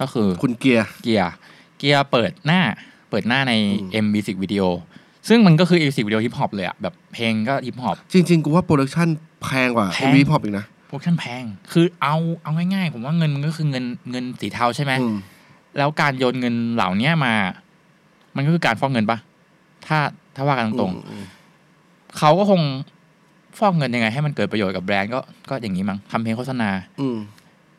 ก็คือ คุณเกียร์ เกียร์เกียร์เปิดหน้าเปิดหน้าใน อืม M Music Video ซึ่งมันก็คือ M Music Video ฮิปฮอปเลยอะแบบเพลงก็ฮิปฮอป จริง ๆ กูว่าโปรดักชั่นแพงกว่า แพ เอ็ ง มวีพอปอีกนะ โปรดักชั่นแพง คือเอาเอาง่ายๆ ผมว่าเงินมันก็คือเงินเงินสีเทาใช่ไหม อืม แล้วการโยนเงินเหล่าเนี้ยมา มันก็คือการฟอกเงินปะถ้าถ้าว่ากันตรง อืม ๆเขาก็คงฟอกเงินยังไง ให้มันเกิดประโยชน์กับแบรนด์ก็ก็อย่างนี้มั้งทำเพลงโฆษณา อืม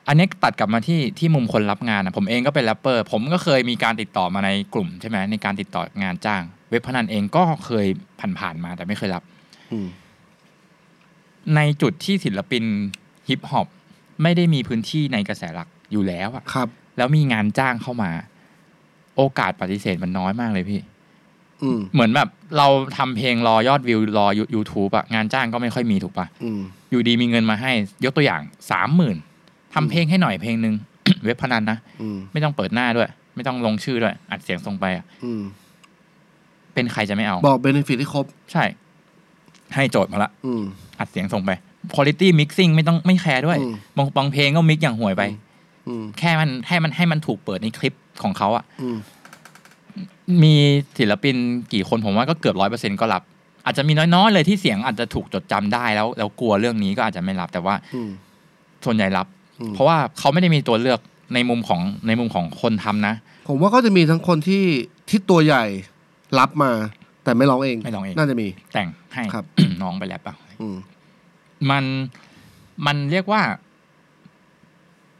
อันนี้ตัดกลับมาที่ที่มุมคนรับงานนะผมเองก็เป็นแรปเปอร์ ผมก็เคยมีการติดต่อมาในกลุ่มใช่ไหมในการติดต่องานจ้าง เว็บพนันเองก็เคยผ่านๆมาแต่ไม่เคยรับ อืม ในจุดที่ศิลปินฮิปฮอปไม่ได้มีพื้นที่ในกระแสหลักอยู่แล้วอะ ครับ แล้วมีงานจ้างเข้ามา โอกาสปฏิเสธมันน้อยมากเลยพี่ อืม เหมือนแบบเราทำเพลงรอยอดวิวรอ You- YouTube อะงานจ้างก็ไม่ค่อยมีถูกปะ อืม อยู่ดีมีเงินมาให้ ยกตัวอย่างสามหมื่นทำเพลงให้หน่อยเพลงหนึ่ง เว็บพนันนะ อืม ไม่ต้องเปิดหน้าด้วย ไม่ต้องลงชื่อด้วย อัดเสียงส่งไปอะ อืม เป็นใครจะไม่เอา บอกเบนฟิตที่ครบ ใช่ ให้โจทย์มาละ อืม อัดเสียงส่งไป Quality Mixing ไม่ต้องไม่แคร์ด้วย อืม บางบางเพลงก็มิกอย่างห่วยไป อืม แค่มันให้มันให้มันถูกเปิดในคลิปของเขาอะ อืม มีศิลปินกี่คนผมว่าก็เกือบร้อยเปอร์เซ็นก็รับ อาจจะมีน้อยๆเลยที่เสียงอาจจะถูกจดจำได้แล้ว แล้วกลัวเรื่องนี้ก็อาจจะไม่รับ แต่ว่า อืม ส่วนใหญ่รับ อืม เพราะว่าเขาไม่ได้มีตัวเลือกในมุมของในมุมของคนทำนะ ผมว่าก็จะมีทั้งคนที่ที่ตัวใหญ่รับมา แต่ไม่ร้องเอง ไม่ร้องเอง น่าจะมี แต่งให้ ครับ น้องไปแล้วเปล่า อืม มันมันเรียกว่า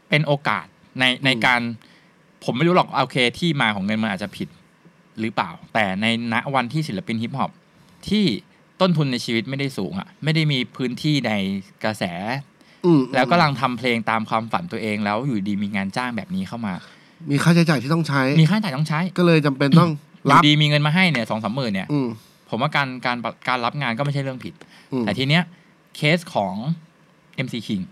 เป็นโอกาสในใน อืม การ ผมไม่รู้หรอกโอเคที่มาของเงินมันอาจจะผิดหรือเปล่า แต่ในณวันที่ศิลปินฮิปฮอปที่ต้นทุนในชีวิตไม่ได้สูงอะไม่ได้มีพื้นที่ในกระแส อืม แล้วก็ลังทำเพลงตามความฝันตัวเองแล้วอยู่ดีมีงานจ้างแบบนี้เข้ามา มีค่าใช้จ่ายที่ต้องใช้ มีค่าใช้จ่ายต้องใช้ ก็เลยจำเป็นต้อง อ รับ ยู่ดีมีเงินมาให้เนี่ยสองสามหมื่นเนี่ย อืม ผมว่าการการการรับงานก็ไม่ใช่เรื่องผิด อืม แต่ทีเนี้ยเคสของ MC King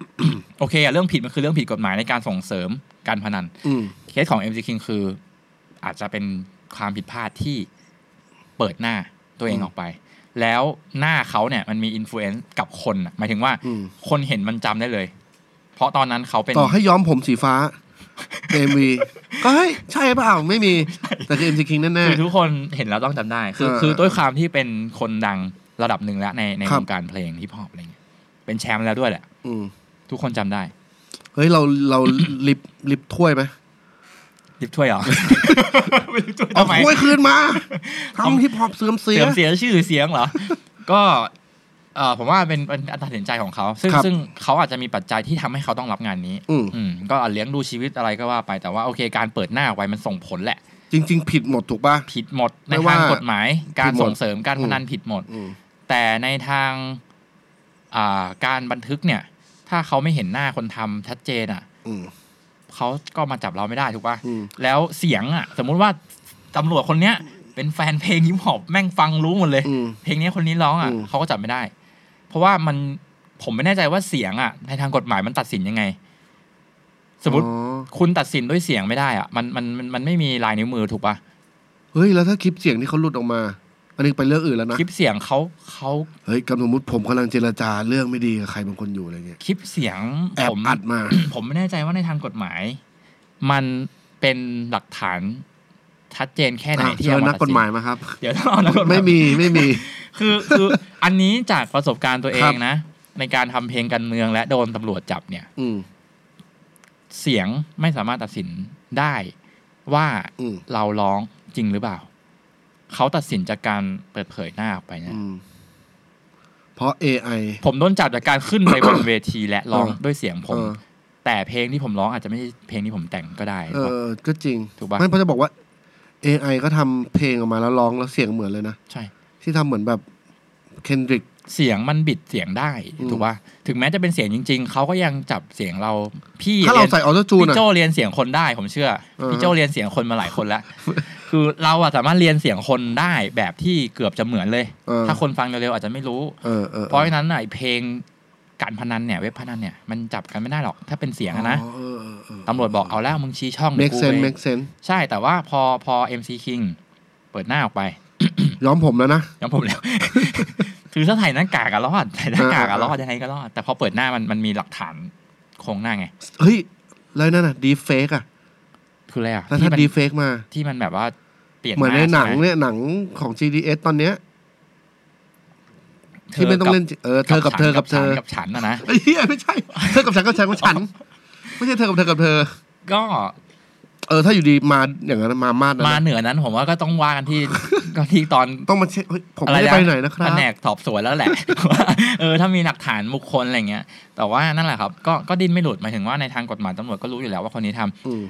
โอเคอะเรื่องผิดมันคือเรื่องผิดกฎหมายในการส่งเสริมการพนัน อืม เคสของ MC King คือ อาจจะเป็นความผิดพลาดที่เปิดหน้าตัวเอง อืม ออกไป แล้วหน้าเขาเนี่ยมันมีอิ f ฟ u e n c e กับคนน่ะหมายถึงว่า อืม คนเห็นมันจำได้เลย เพราะตอนนั้นเขาเป็น ต่อให้ย้อมผมสีฟ้าเอ็ม วีก็เฮ้ย ใช่เปล่า ไม่มี แต่คือเอ็มซีคิงแน่ คือทุกคนเห็นแล้วต้องจำได้ คือ เออ คือด้วยความที่เป็นคนดังระดับหนึ่งแล้วในใน ครั ว บ งการเพลงฮิปฮอปอะไรเงี้ยเป็นแชมป์แล้วด้วยแหละ ๆอืม ทุกคนจำได้ เฮ้ย เราเราลิบลิบถ้วยไหม ลิฟถ้วยเหรอ ไม่รู้ถ้วย เอา ทำไม ถ้วยคืนมาทำฮิปฮอปเสื่อมเสีย เสื่อมเสียชื่อเสียงเหรอ ก็เออผมว่าเป็นเป็นการตัดสินใจของเขา ซึ่ง ครับ ซึ่งเขาอาจจะมีปัจจัยที่ทำให้เขาต้องรับงานนี้ อืม อืมก็อาจเลี้ยงดูชีวิตอะไรก็ว่าไปแต่ว่าโอเคการเปิดหน้าไว้มันส่งผลแหละ จริง ๆ ผิดหมดถูกป่ะ ผิดหมดใน ไม่ว่า ทางกฎหมาย การ ผิดหมด ส่งเสริมการพนัน อืม ผิดหมด อืม แต่ในทางอ่าการบันทึกเนี่ย ถ้าเขาไม่เห็นหน้าคนทำชัดเจนอ่ะ อืม เขาก็มาจับเราไม่ได้ถูกป่ะ อืม แล้วเสียงอ่ะ สมมุติว่าตำรวจคนเนี้ย เป็นแฟนเพลงฮิปฮอปแม่งฟังรู้หมดเลย อืม เพลงเนี้ยคนนี้ร้องอ่ะ อืม เขาก็จับไม่ได้ เพราะว่ามัน ผมไม่แน่ใจว่าเสียงอ่ะในทางกฎหมายมันตัดสินยังไง สมมติ อ๋อ คุณตัดสินด้วยเสียงไม่ได้อ่ะมันมันมันมันไม่มีลายนิ้วมือถูกปะ เฮ้ยแล้วถ้าคลิปเสียงที่เขาหลุดออกมา อันนี้ไปเรื่องอื่นแล้วนะ คลิปเสียงเขาเขา เฮ้ยกำลังสมมติผมกำลังเจรจาเรื่องไม่ดีกับใครบางคนอยู่อะไรเงี้ย คลิปเสียง แอบ ผม อัดมา ผมไม่แน่ใจว่าในทางกฎหมาย มันเป็นหลักฐานชัดเจนแค่ไหน อ่ะ ที่ เชิ เอา ญนั มาก ตัด ก สิ ฎ น หมายมาครับ เดี๋ยวต้องเอานักกฎหาย ไม่มีไม่มี คือคืออันนี้จากประสบการณ์ตัวเอ ครั ง บ นะ ในการทำเพลงกันเมืองและโดนตำรวจจับเนี่ย อืม เสียงไม่สามารถตัดสินได้ว่า อืม เราร้องจริงหรือเปล่า เขาตัดสินจากการเปิดเผยหน้าออกไปนะ อืม เพราะ AI ผมโดนจับจากการขึ้นไปบนเวทีและร้อง เออ ด้วยเสียงผม เออ แต่เพลงที่ผมร้องอาจจะไม่ใช่เพลงที่ผมแต่งก็ได้ เออ ก็จริง ถูกปะ ไม่เพราะจะบอกว่า AI ก็ทำเพลงออกมาแล้วร้องแล้วเสียงเหมือนเลยนะ ใช่ ที่ทำเหมือนแบบเคนดริก เสียงมันบิดเสียงได้ อืม ถูกป่ะถึงแม้จะเป็นเสียงจริง ๆ เขาก็ยังจับเสียงเราพี่ ถ้าเราใส่ออโต้จูน พี่ อ่ะ โจเรียนเสียงคนได้ผมเชื่อ เออ พี่โจเรียนเสียงคนมาหลายคนแล้ว คือเราอะสามารถเรียนเสียงคนได้แบบที่เกือบจะเหมือนเลย เออ ถ้าคนฟังเร็วๆอาจจะไม่รู้ เออเออ เพราะฉะนั้นน่ะไอ้เพลงการพนันเนี่ยเว็บพนันเนี่ยมันจับกันไม่ได้หรอกถ้าเป็นเสียงอะนะ อ๋อเออเออเออ ตำรวจบอกเอาแล้วมึงชี้ช่องเดี๋ยว make กู sense ไป make sense ใช่แต่ว่าพอพอ MC King เปิดหน้าออกไป ย้อมผมแล้วนะ ย้อมผม แล้ว คือถ้าใส่หน้ากากอะรอดใส่หน้ากากอะรอดยังไงก็รอด แต่พอเปิดหน้ามันมันมีหลักฐานโครงหน้าไง เฮ้ย แล้วนั่นน่ะดีเฟกอ่ะ คืออะไรอะ แล้ว ที่ ถ้า มัน ดีเฟกมา ที่มันแบบว่าเปลี่ยน เหมือนใน ช่ไห นังเนี่ยหนังของ GDS ตอนเนี้ย ที่ไม่ต้องเล่นเออเธอกับเธอกับเธอ กับฉันนะนะ ไอ้เหี้ยไม่ใช่ เธอกับฉันกับฉันกับฉัน ไม่ใช่เธอกับเธอกับเธอ ก็ เออถ้าอยู่ดีมาอย่างนั้นมามาดนะ มาเหนือนั้นผมว่าก็ต้องว่ากันที่ ก็ที่ตอน ต้องมาเช็คเฮ้ยผม อะไร ไม่ได้ไปไหนนะครับ แผนกสอบสวนแล้วแหละ ว่าเออถ้ามีหลักฐานบุคคลอะไรเงี้ย แต่ว่านั่นแหละครับ ก็ก็ดิ้นไม่หลุดหมายถึงว่าในทางกฎหมายตำรวจก็รู้อยู่แล้วว่าคนนี้ทำ อืม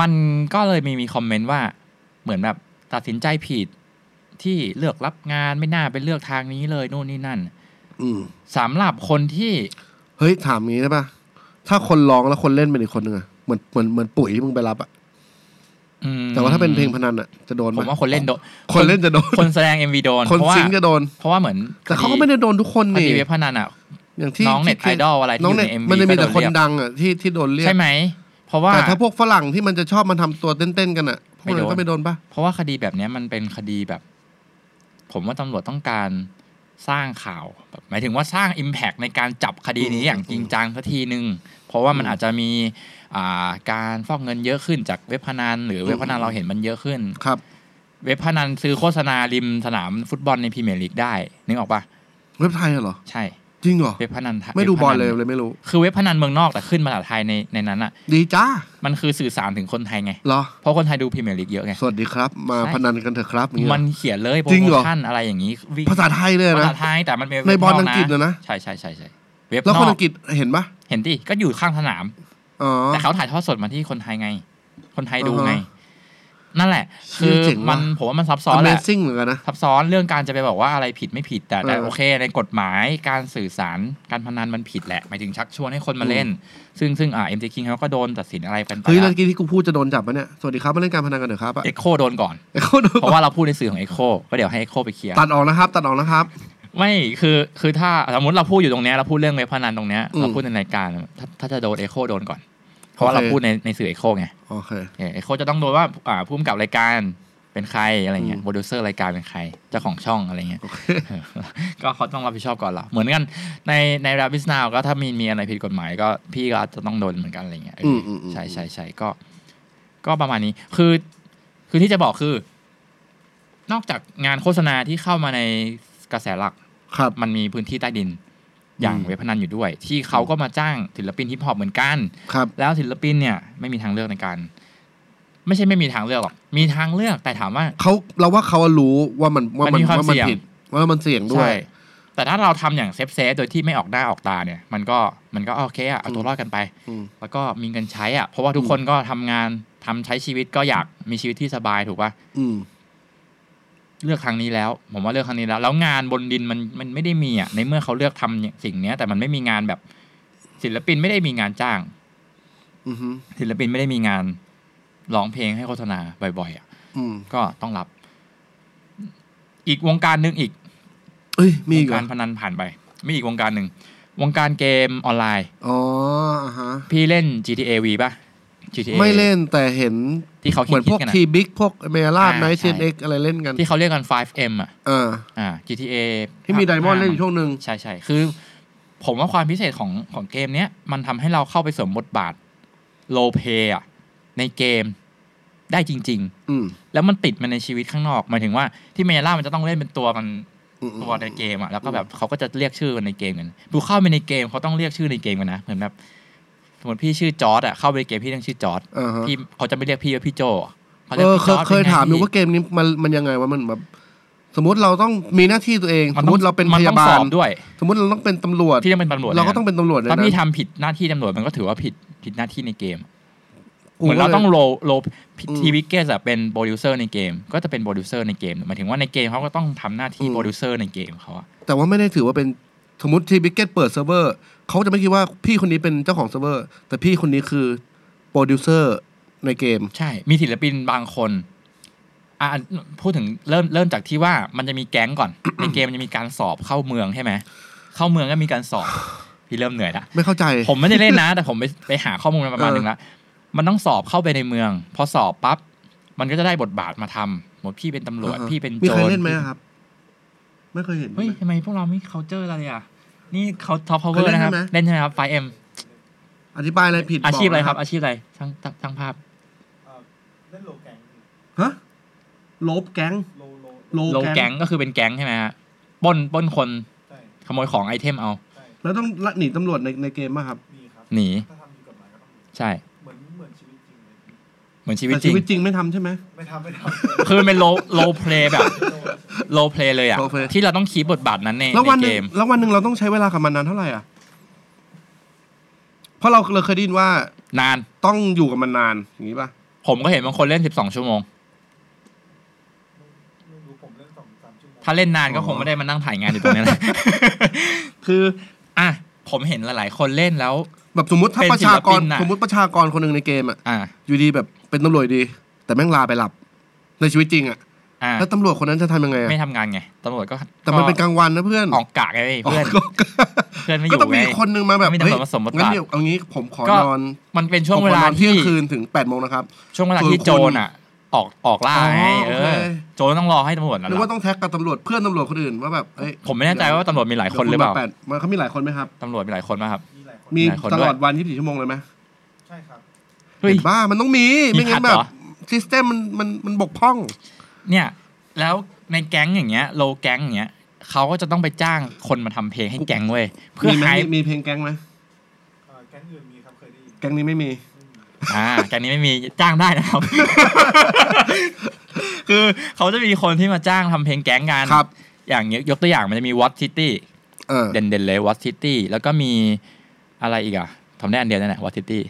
มันก็เลยมีมีคอมเมนต์ว่าเหมือนแบบตัดสินใจผิดที่เลือกรับงานไม่น่าไปเลือกทางนี้เลยนู่นนี่นั่น อืม สำหรับคนที่ เฮ้ย ถามงี้ได้ปะถ้าคนร้องแล้วคนเล่นเป็นอีกคนนึงอะเหมือนเหมือนเหมือนปุ๋ยที่มึงไปรับอะ อืม แต่ว่าถ้าเป็นเพลงพนันอะจะโดน ผ ปะ มว่าคนเล่นโดน คนเล่นจะโดน คนแสดง MV โดน คน เพราะว่า ซิงค์จะโดน เพราะว่าเหมือน แต่เขาก็ไม่ได้โดนทุกคน ค นี่ ดีเว็บพนันอ่ะ อย่างที่ น้องเน็ตไอดอลอะไรที่ น้อง อยู่ เน็ต ใน MV มันจะมีแต่คน ก็โดนเรียก ดังอะที่ที่โดนเรียก ใช่ไหม เพราะว่า แต่ถ้าพวกฝรั่งที่มันจะชอบมันทำตัวเต้นๆกันอะพวกนั้นก็ ไม่ ไม่ โด โด น นปะ เพราะว่าคดีแบบเนี้ยมันเป็นคดีแบบ ผมว่าตำรวจต้องการสร้างข่าวแบบหมายถึงว่าสร้าง Impact ในการจับคดีนี้อย่างจริงจังสักทีหนึ่งเพราะว่ามันอาจจะมีอ่าการฟอกเงินเยอะขึ้นจากเว็บพนันหรือเว็บพนันเราเห็นมันเยอะขึ้น ครับ เว็บพนันซื้อโฆษณาริมสนามฟุตบอลในพรีเมียร์ลีกได้นึกออกปะ เว็บไทยอะเหรอ ใช่ จริงเหรอ เว็บพนันทย ไม่ดูบอว็ลพนัน เลยเลยไม่รู้ คือเว็บพนันเมืองนอกแต่ขึ้นภาษาไทยในในนั้นอ่ะ ดีจ้า มันคือสื่อสารถึงคนไทยไง เหรอ เพราะคนไทยดูพรีเมียร์ลีกเยอะไง สวัสดีครับ มา ใช่ พนันกันเถอะครับอย่างเงี้ย มันเขียนเลยโปร จริง โม เหรอ ชั่นอะไรอย่างนี้วิ่ง ภาษาไทยเลย ภา นะ ษาไทยแต่มันเป็น ใน เว็ บอลอังกฤษนะนะ ใช่ใช่ใช่ใช่เว็บ แล้ว น คน อ อั ก งกฤษเห็นปะ เห็นดิก็อยู่ข้างสนาม อ๋อ แต่เขาถ่ายทอดสดมาที่คนไทยไง คนไทยดูไง อ่าฮะ นั่นแหละ เชี่ คื ย อ เจ๋งว่ะ มันผมว่ามันซับซ้อนแหละ Amazing เหมือนกันนะ ซับซ้อนเรื่องการจะไปบอกว่าอะไรผิดไม่ผิดแต่แต่ เออ โอเค ในกฎหมายการสื่อสารการพนันมันผิดแหละหมายถึงชักชวนให้คนมาเล่น ซึ่งซึ่งอ่าเอ็มจีคิงเขาก็โดนตัดสินอะไรกันไป เฮ้ยแล้วเมื่อกี้ที่กูพูดจะโดนจับปะเนี่ย สวัสดีครับมาเล่นการพนันกันเถอะครับอะ เอ็กโคโดนก่อน ไอ้คน เพราะว่าเราพูดในสื่อของเอ็กโคก็เดี๋ยวให้เอ็กโคไปเคลียร์ ตัดออกนะครับ ตัดออกนะครับ ไม่คือคือถ้าสมมติเราพูดอยู่ตรงเนี้ยเราพูดเรื่องเว็บพนันตรงเนี้ย อืม เราพูดในรายการถ้าถ้าจะโดนเอ็กโคโดนก่อน เพราะว่า โอเค เราพูดในในสื่อเอ็กโคไง โอเค เอ็กโคจะต้องโดนว่าอ่าผู้กำกับรายการเป็นใครอะไรเงี้ย อืม โปรดิวเซอร์รายการเป็นใครเจ้าของช่องอะไรเงี้ยเออ ก็เขาต้องรับผิดชอบก่อนเราเหมือนกันในในราบิสนาวก็ถ้ามีมีอะไรผิดกฎหมายก็พี่ก็อาจจะต้องโดนเหมือนกันอะไรเงี้ยเออ อืมอืมอืม ใช่ใช่ใช่ก็ ก็ประมาณนี้คือคือที่จะบอกคือ นอกจากงานโฆษณาที่เข้ามาในกระแสหลัก ครับ มันมีพื้นที่ใต้ดินอย่าง อืม เว็บพนันอยู่ด้วย ที่เขาก็มาจ้างศิลปินฮิปฮอปเหมือนกัน ครับ แล้วศิลปินเนี่ยไม่มีทางเลือกในการ ไม่ใช่ไม่มีทางเลือกหรอก มีทางเลือกแต่ถามว่า เขาเราว่าเขารู้ว่ามันว่ามัมันนมีความ ว่ามัน เสี่ยง ผิดว่ามันเสี่ยงด้ว ใช่ ย แต่ถ้าเราทำอย่างเซฟเซฟๆโดยที่ไม่ออกหน้าออกตาเนี่ย มันก็มันก็โอเคอะเอาตัวรอดกันไป อืม แล้วก็มีเงินใช้อะเพราะว่าทุกคนก็ทำงานทำใช้ชีวิตก็อยากมีชีวิตที่สบายถูกปะ อืม เลือกทางนี้แล้ว ผมว่าเลือกทางนี้แล้ว แล้วงานบนดินมันมันไม่ได้มีอะในเมื่อเขาเลือกทำสิ่งเนี้ย แต่มันไม่มีงานแบบศิลปินไม่ได้มีงานจ้าง อือฮึ ศิลปินไม่ได้มีงานร้องเพลงให้โฆษณาบ่อยๆอะ อืม ก็ต้องรับ อีกวงการหนึ่งอีก เอ้ยมี ว อี ง กเหร กา อ รพนันผ่านไป มีอีกวงการหนึ่ง วงการเกมออนไลน์ อ๋ออ่าฮะ พี่เล่น GTA V ป่ะ GTA ไม่เล่นแต่เห็น ที่เขา เหมือน คิ พว ด ก ๆกันอะ ทีบิ๊กพวกเมล่าไนท์ ใช่ เชนเอ็กอะไรเล่นกัน ที่เขาเรียกกัน 5M อ่ะ เออ อ่า GTA ที่มีไดมอนด์เล่นอยู่ ช่วง ช่วงหนึ่ง ใช่ใช่คือ ผมว่าความพิเศษของของเกมเนี้ย มันทำให้เราเข้าไปสวมบทบาทโลเ a y อ่ะ ในเกมได้จริง อืม ๆ แล้วมันติดมันในชีวิตข้างนอกหมายถึงว่าที่เมล่ามันจะต้องเล่นเป็นตัวมัน อืมอืม ตัวในเกมอ่ะแล้วก็แบบเขาก็จะเรียกชื่อกันในเกมกันดูเข้าไปในเกมเขาต้องเรียกชื่อในเกมกันนะเหมือนแบบสมมติพี่ชื่อจอร์ดอ่ะเข้าไปในเกมพี่ต้องชื่อจอร์ด อ่าฮะ พี่เขาจะไม่เรียกพี่ว่าพี่โจเขา เอ เรียก อ พี่ เค จ ย อร์ด เคย ป็นไง ถามดู พี่ ว่าเกมนี้มันมันยังไงว่ามันแบบ สมมติเราต้องมีหน้าที่ตัวเอง ส น ม ต้อมง ติเราเป็น มัต้อยพาง บา ส ล อบด้วย สมมติเราต้องเป็นตำรวจ ที่จะเป็นตำรวจ เราก็ต้องเป็นตำรวจเลย ถ้า นะ พี่ทำผิดหน้าที่ตำรวจมันก็ถือว่าผิดผิดหน้าที่ในเกม กู เหมือนเรา ก็ลย ต้องโลโล อืม ทีวิกเกสอะเป็นโปรดิวเซอร์ในเกม ก็จะเป็นโปรดิวเซอร์ในเกมหมายถึงว่าในเกมเขาก็ต้องทำหน้าที่ อืม โปรดิวเซอร์ในเกมเขาอะ แต่ว่าไม่ได้ถือว่าเป็นสมมติทีบิ๊กเกตเปิดเซิร์ฟเวอร์เขาจะไม่คิดว่าพี่คนนี้เป็นเจ้าของเซิร์ฟเวอร์ แต่พี่คนนี้คือโปรดิวเซอร์ในเกม ใช่ มีศิลปินบางคนอ่ะพูดถึงเริ่มเริ่มจากที่ว่ามันจะมีแก๊งก่อน ในเกมมันจะมีการสอบเข้าเมืองใช่ไหมเข้าเมืองก็มีการสอบ พี่เริ่มเหนื่อยละ ไม่เข้าใจ ผมไม่ได้เล่นนะ แต่ผมไปไปหาข้อมูลมาประมาณ เออ หนึ่งละมันต้องสอบเข้าไปในเมือง พอสอบปั๊บมันก็จะได้บทบาทมาทำหมดพี่เป็นตำรวจ อ่าฮะ พี่เป็น มี โจ ใคร ร เล่นไหมอะครับ ไม่เคยเห็น เฮ้ยทำไมพวกเราไม่เคาเจออะไรอ่ะ นี่เขาท็อปพาวเวอ เคย ร์ เล่น นะครับ ใช่ไหม เล่นใช่ไหมครับไฟเอ็ม อธิบายอะไรผิด อาชีพ กน อะไรครับ อาชีพอะไรช่างช่างช่างภาพ ฮะโลบแก๊งโล โลแก๊งก็คือเป็นแก๊งใช่ไหมฮะปล้นปล้นคนขโมยของไอเทมเอา แล้วต้องละหนีตำรวจในในเกมป่ะครับ หนีใช่ เหมือนชีวิต แต่ จริ ชี ง วิตจริงไม่ทำใช่ไหม คือมันเป็นโลโลเพลย์แบบโลเพลย์เลยอ่ะ role play ที่เราต้องคีบบทบาทนั้นใน แล้ววัน ใน ห เก นึ่ง ม แล้ววันหนึ่งเราต้องใช้เวลากับมันนานเท่าไหร่อ่ะ เพราะเราเราเคยได้ยินว่าน าน ต้องอยู่กับมันนานอย่างนี้ป่ะ ผมก็เห็นบางคนเล่น 12 ชั่วโมง ถ้าเล่นนานก็ อ๋อ คงไม่ได้มานั่งถ่ายงานอยู่ตรงนี้นะ คืออ่ะผมเห็นหลายๆ คนเล่นแล้ว แบบสมมติถ้า เป็น ประชากร ศิลปินอะ สมมติประชากรคนหนึ่งในเกมอ่ะ อ่ะ อยู่ดีแบบเป็นตำรวจดี แต่แม่งลาไปหลับ ในชีวิตจริงอ่ะ อ่ะ แล้วตำรวจคนนั้นจะทำยังไงอะ ไม่ทำงานไงตำรวจก็ แต่มันเป็นกลางวันนะเพื่อน ออกกะไงเพื่อน ออกก็ เพื่อนไม่อ ก็ ยู่ ต้องมี ไง คนหนึงมาแบบ ไม่มี เฮ้ย ตำรวจมาสมบทบาท งั้นเดี๋ยวเอางี้ผมขอนอน มันเป็นช่วง ผม เว ขอน ลา อนเที่ย ที่ งคืนถึงแปดโมงนะครับ ช่วงเวลา คือ ที่ คน โจรอ่ะ ออกออกล่า อ๋อ ไงเอ โอ อ เค โจรต้องรอให้ตำรวจนะ หรือว่าต้องแท็กกับตำรวจเพื่อนตำรวจคนอื่นว่าแบบเอ้ย ผมไม่แน่ใจว่าตำรวจมีหลายคนหรือเปล่า ดี๋วณมแปดมันเขามีหลายคนไหมครับ ตำรวจมีหลายคนไหมครับ มี หลายคนด้วย ตลอดวัน24ชั่วโมงเลยไหม เฮ้ย เห็นบ้ามันต้องมี มี ไม่งั้น ขัดเหรอ แบบซิสเต็มมันมันมันบกพร่อง เนี่ย แล้วในแก๊งอย่างเงี้ยโลแก๊งอย่างเงี้ยเขาก็จะต้องไปจ้างคนมาทำเพลงให้แก๊งเว้ยเพื่อ มีไหม หาย มีมีเพลงแก๊งไหมแก๊งอื่นมีครับเคยได้ยินแก๊งนี้ไม่มี อ่าแก๊งนี้ไม่มีจ้างได้นะครับ คือเขาจะมีคนที่มาจ้างทำเพลงแก๊งกัน ครับ อย่างเงี้ยยกตัวอย่างมันจะมีวอตซิตี้ เออ เด่นเด่นๆเลยวอตซิตี้แล้วก็มีอะไรอีกอะทำได้อันเดียวนั่นแหละวอตซิ ตี้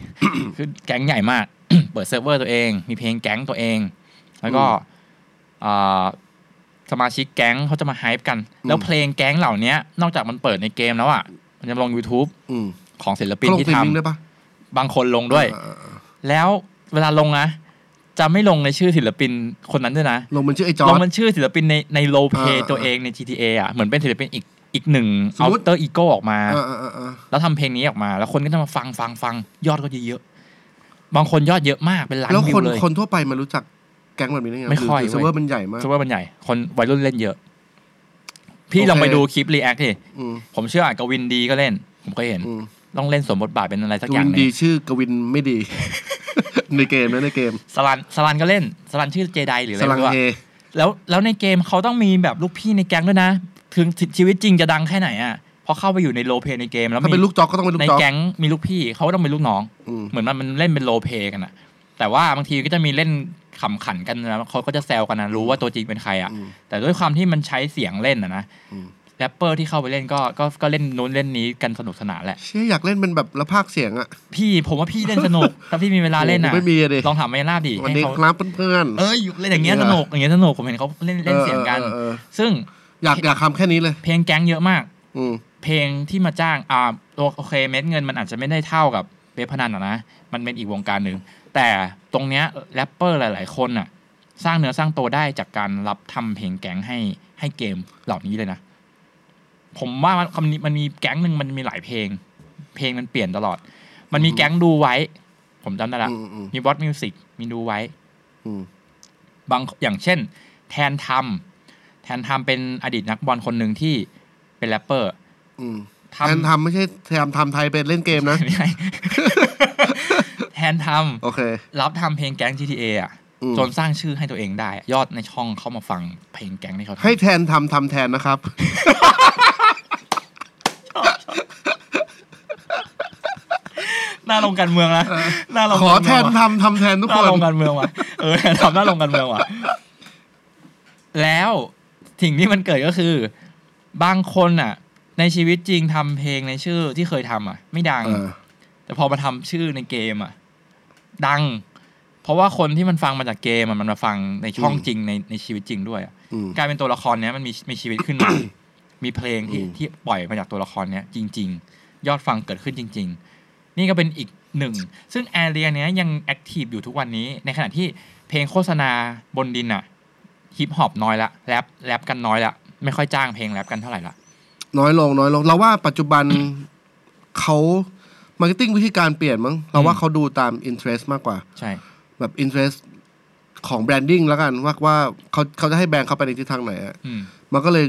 คือแก๊งใหญ่มาก เปิดเซิร์ฟเวอร์ตัวเอง มีเพลงแก๊งตัวเอง แล้วก็อ่าสมาชิกแก๊งเขาจะมาไฮป์กัน แล้วเพลงแก๊งเหล่านี้นอกจากมันเปิดในเกมแล้วอ่ะมันจะลง YouTube อืม ของศิลปิน เขาลง ที่ สตรีม ทำ มิ่งได้ปะ บางคนลงด้วย เออเออเออ แล้วเวลาลงนะจะไม่ลงในชื่อศิลปินคนนั้นด้วยนะ ลงมันชื่อไอ้จอ ล ร์ ง ด มันชื่อศิลปินในในโลเพ เออเออ ตัวเองใน GTA อ่ะเหมือนเป็นศิลปินอีกอีกหนึ่ง สม เอา มุติ เตอร์อีโก้ออกมา เออเออเออเออ แล้วทำเพลงนี้ออกมา แล้วคนก็จะมาฟังฟังฟังยอดก็เยอะๆบางคนยอดเยอะมากเป็นล้าน แล้ว วิ ค วน เลย คนทั่วไปมารู้จักแก๊งแบบนี้ได้ไง ไม่ค่อยเว้ยหรืเซิร์ฟเวอร์มันใหญ่มาก ซูเปอร์มันใหญ่ คนวัยรุ่นเล่นเยอะ พี่ โอเค ลองไปดูคลิปรีแอคดิ อืม ผมเชื่ออ่ะกวินดีก็เล่น ผมก็เห็น อืม ต้องเล่นสวมบทบาทเป็นอะไรสัก ก อ วิ ย่าง น หนึ ดี ง ชื่อกวินไม่ ดี ในเกมนะในเกม สลันสลันก็เล่นสลันชื่อเจไดหรืออะ ส ไร ลัง ไม่รู้อะ เฮ แล้วแล้วในเกมเขาต้องมีแบบลูกพี่ในแก๊งด้วยนะ ถึงชีวิตจริงจะดังแค่ไหนอ่ะพอเข้าไปอยู่ในโรลเพลย์ในเกม แล้ว ถ้า มี เป็นลูกจอกก็ต้องเป็นลู ใน กจอก แก๊งมีลูกพี่เขาก็ต้องเป็นลูกน้อง อืม เหมือนมันมันเล่นเป็นโรลเพลย์กันอ่ะ แต่ว่าบางทีก็จะมีเล่นขำขันกันนะเขาก็จะแซวกันนะรู้ว่าตัวจริงเป็นใครอ่ะ อืม แต่ด้วยความที่มันใช้เสียงเล่นอ่ะนะ อืม แรปเปอร์ที่เข้าไปเล่นก็ก็ก็เล่นนู้นเล่นนี้กันสนุกสนานแหละ เชี่ยอยากเล่นเป็นแบบละภาคเสียงอ่ะ พี่ผมว่าพี่เล่นส นุก ถ้าพี่มีเวลาเล่นอ่ะ โอ้โหไม่มีอะดิ ลองถามไมล่าดิ วัน ให้ นี้ เขา ครับเพื่อนๆ เอ้ยเล่นอย่างเงี้ยสนุกอย่างเงี้ยสนุกผมเห็นเขาเล่นเล่นเสียงกัน ออเออเออ ซึ่ง อยากอยากทำแค่นี้เลย เพลงแก๊งเยอะมาก อืม เพลงที่มาจ้าง อ่าตัวโอเคเม็ดเงินมันอาจจะไม่ได้เท่ากับเว็บพนันหรอกนะ มันเป็นอีกวงการหนึ่ง แต่ตรงเนี้ยแรปเปอร์หลาย ๆ คนน่ะ สร้างเนื้อสร้างตัวได้จากการรับทำเพลงแก๊งให้ให้เกมเหล่านี้เลยนะ ผมว่ามันคำนี้มันมีแก๊งหนึ่งมันมีหลายเพลง เพลงมันเปลี่ยนตลอด มันมีแก๊งดูไว้ ผมจำได้ละ อืมอืม มีวอตมิวสิกมีดูไว้ อืม บางอย่างเช่น แทนทำแทนทำเป็นอดีตนักบอลคนหนึ่งที่เป็นแรปเปอร์ อืม ท แทนทำไม่ใช่แทนทำไทยเป็นเล่นเก มนะ ไม่ใช่ แทนท โอเค ำรับทำเพลงแก๊ง GTA อ่ะ อืม จนสร้างชื่อให้ตัวเองได้ ยอดในช่องเข้ามาฟังเพลงแก๊งที่เขาทำ ให้แทนทำทำแทน นะครับ หน้าลงการเมืองนะหน้าลง ขอ การ แท เมือง น ว่ะ ทำทำแทนทุก ห ค น้าน ลงการเมืองว่ะ เออทำหน้าลงการเมืองว่ะ แล้วสิ่งที่มันเกิดก็คือ บางคนอ่ะ ในชีวิตจริงทำเพลงในชื่อที่เคยทำอ่ะ ไม่ดัง เออ แต่พอมาทำชื่อในเกมอ่ะ ดัง เพราะว่าคนที่มันฟังมาจากเกมอะมันมาฟังในช่อง อืม จริงในในชีวิตจริงด้วยอะ อืม กลายเป็นตัวละครเนี้ยมันมีมีชีวิตขึ้นมา มีเพลงที่ อืม ที่ปล่อยมาจากตัวละครเนี้ยจริง ๆ ยอดฟังเกิดขึ้นจริง ๆ นี่ก็เป็นอีกหนึ่ง ซึ่งแอเรียเนี้ยยังแอคทีฟอยู่ทุกวันนี้ ในขณะที่เพลงโฆษณาบนดินอะฮิปฮอปน้อยละแรปแรปกันน้อยละ ไม่ค่อยจ้างเพลงแรปกันเท่าไหร่ละ น้อยลงน้อยลง เราว่าปัจจุบันเขามาร์เก็ตติ้งวิธีการเปลี่ยนมั้งเราว่าเขาดูตามอินเทรสมากกว่า ใช่ แบบอินเทรสของแบรนดิ้งแล้วกัน ว่าว่าเขาเขาจะให้แบรนด์เขาไปในทิศทางไหนอะ อืม มันก็เลย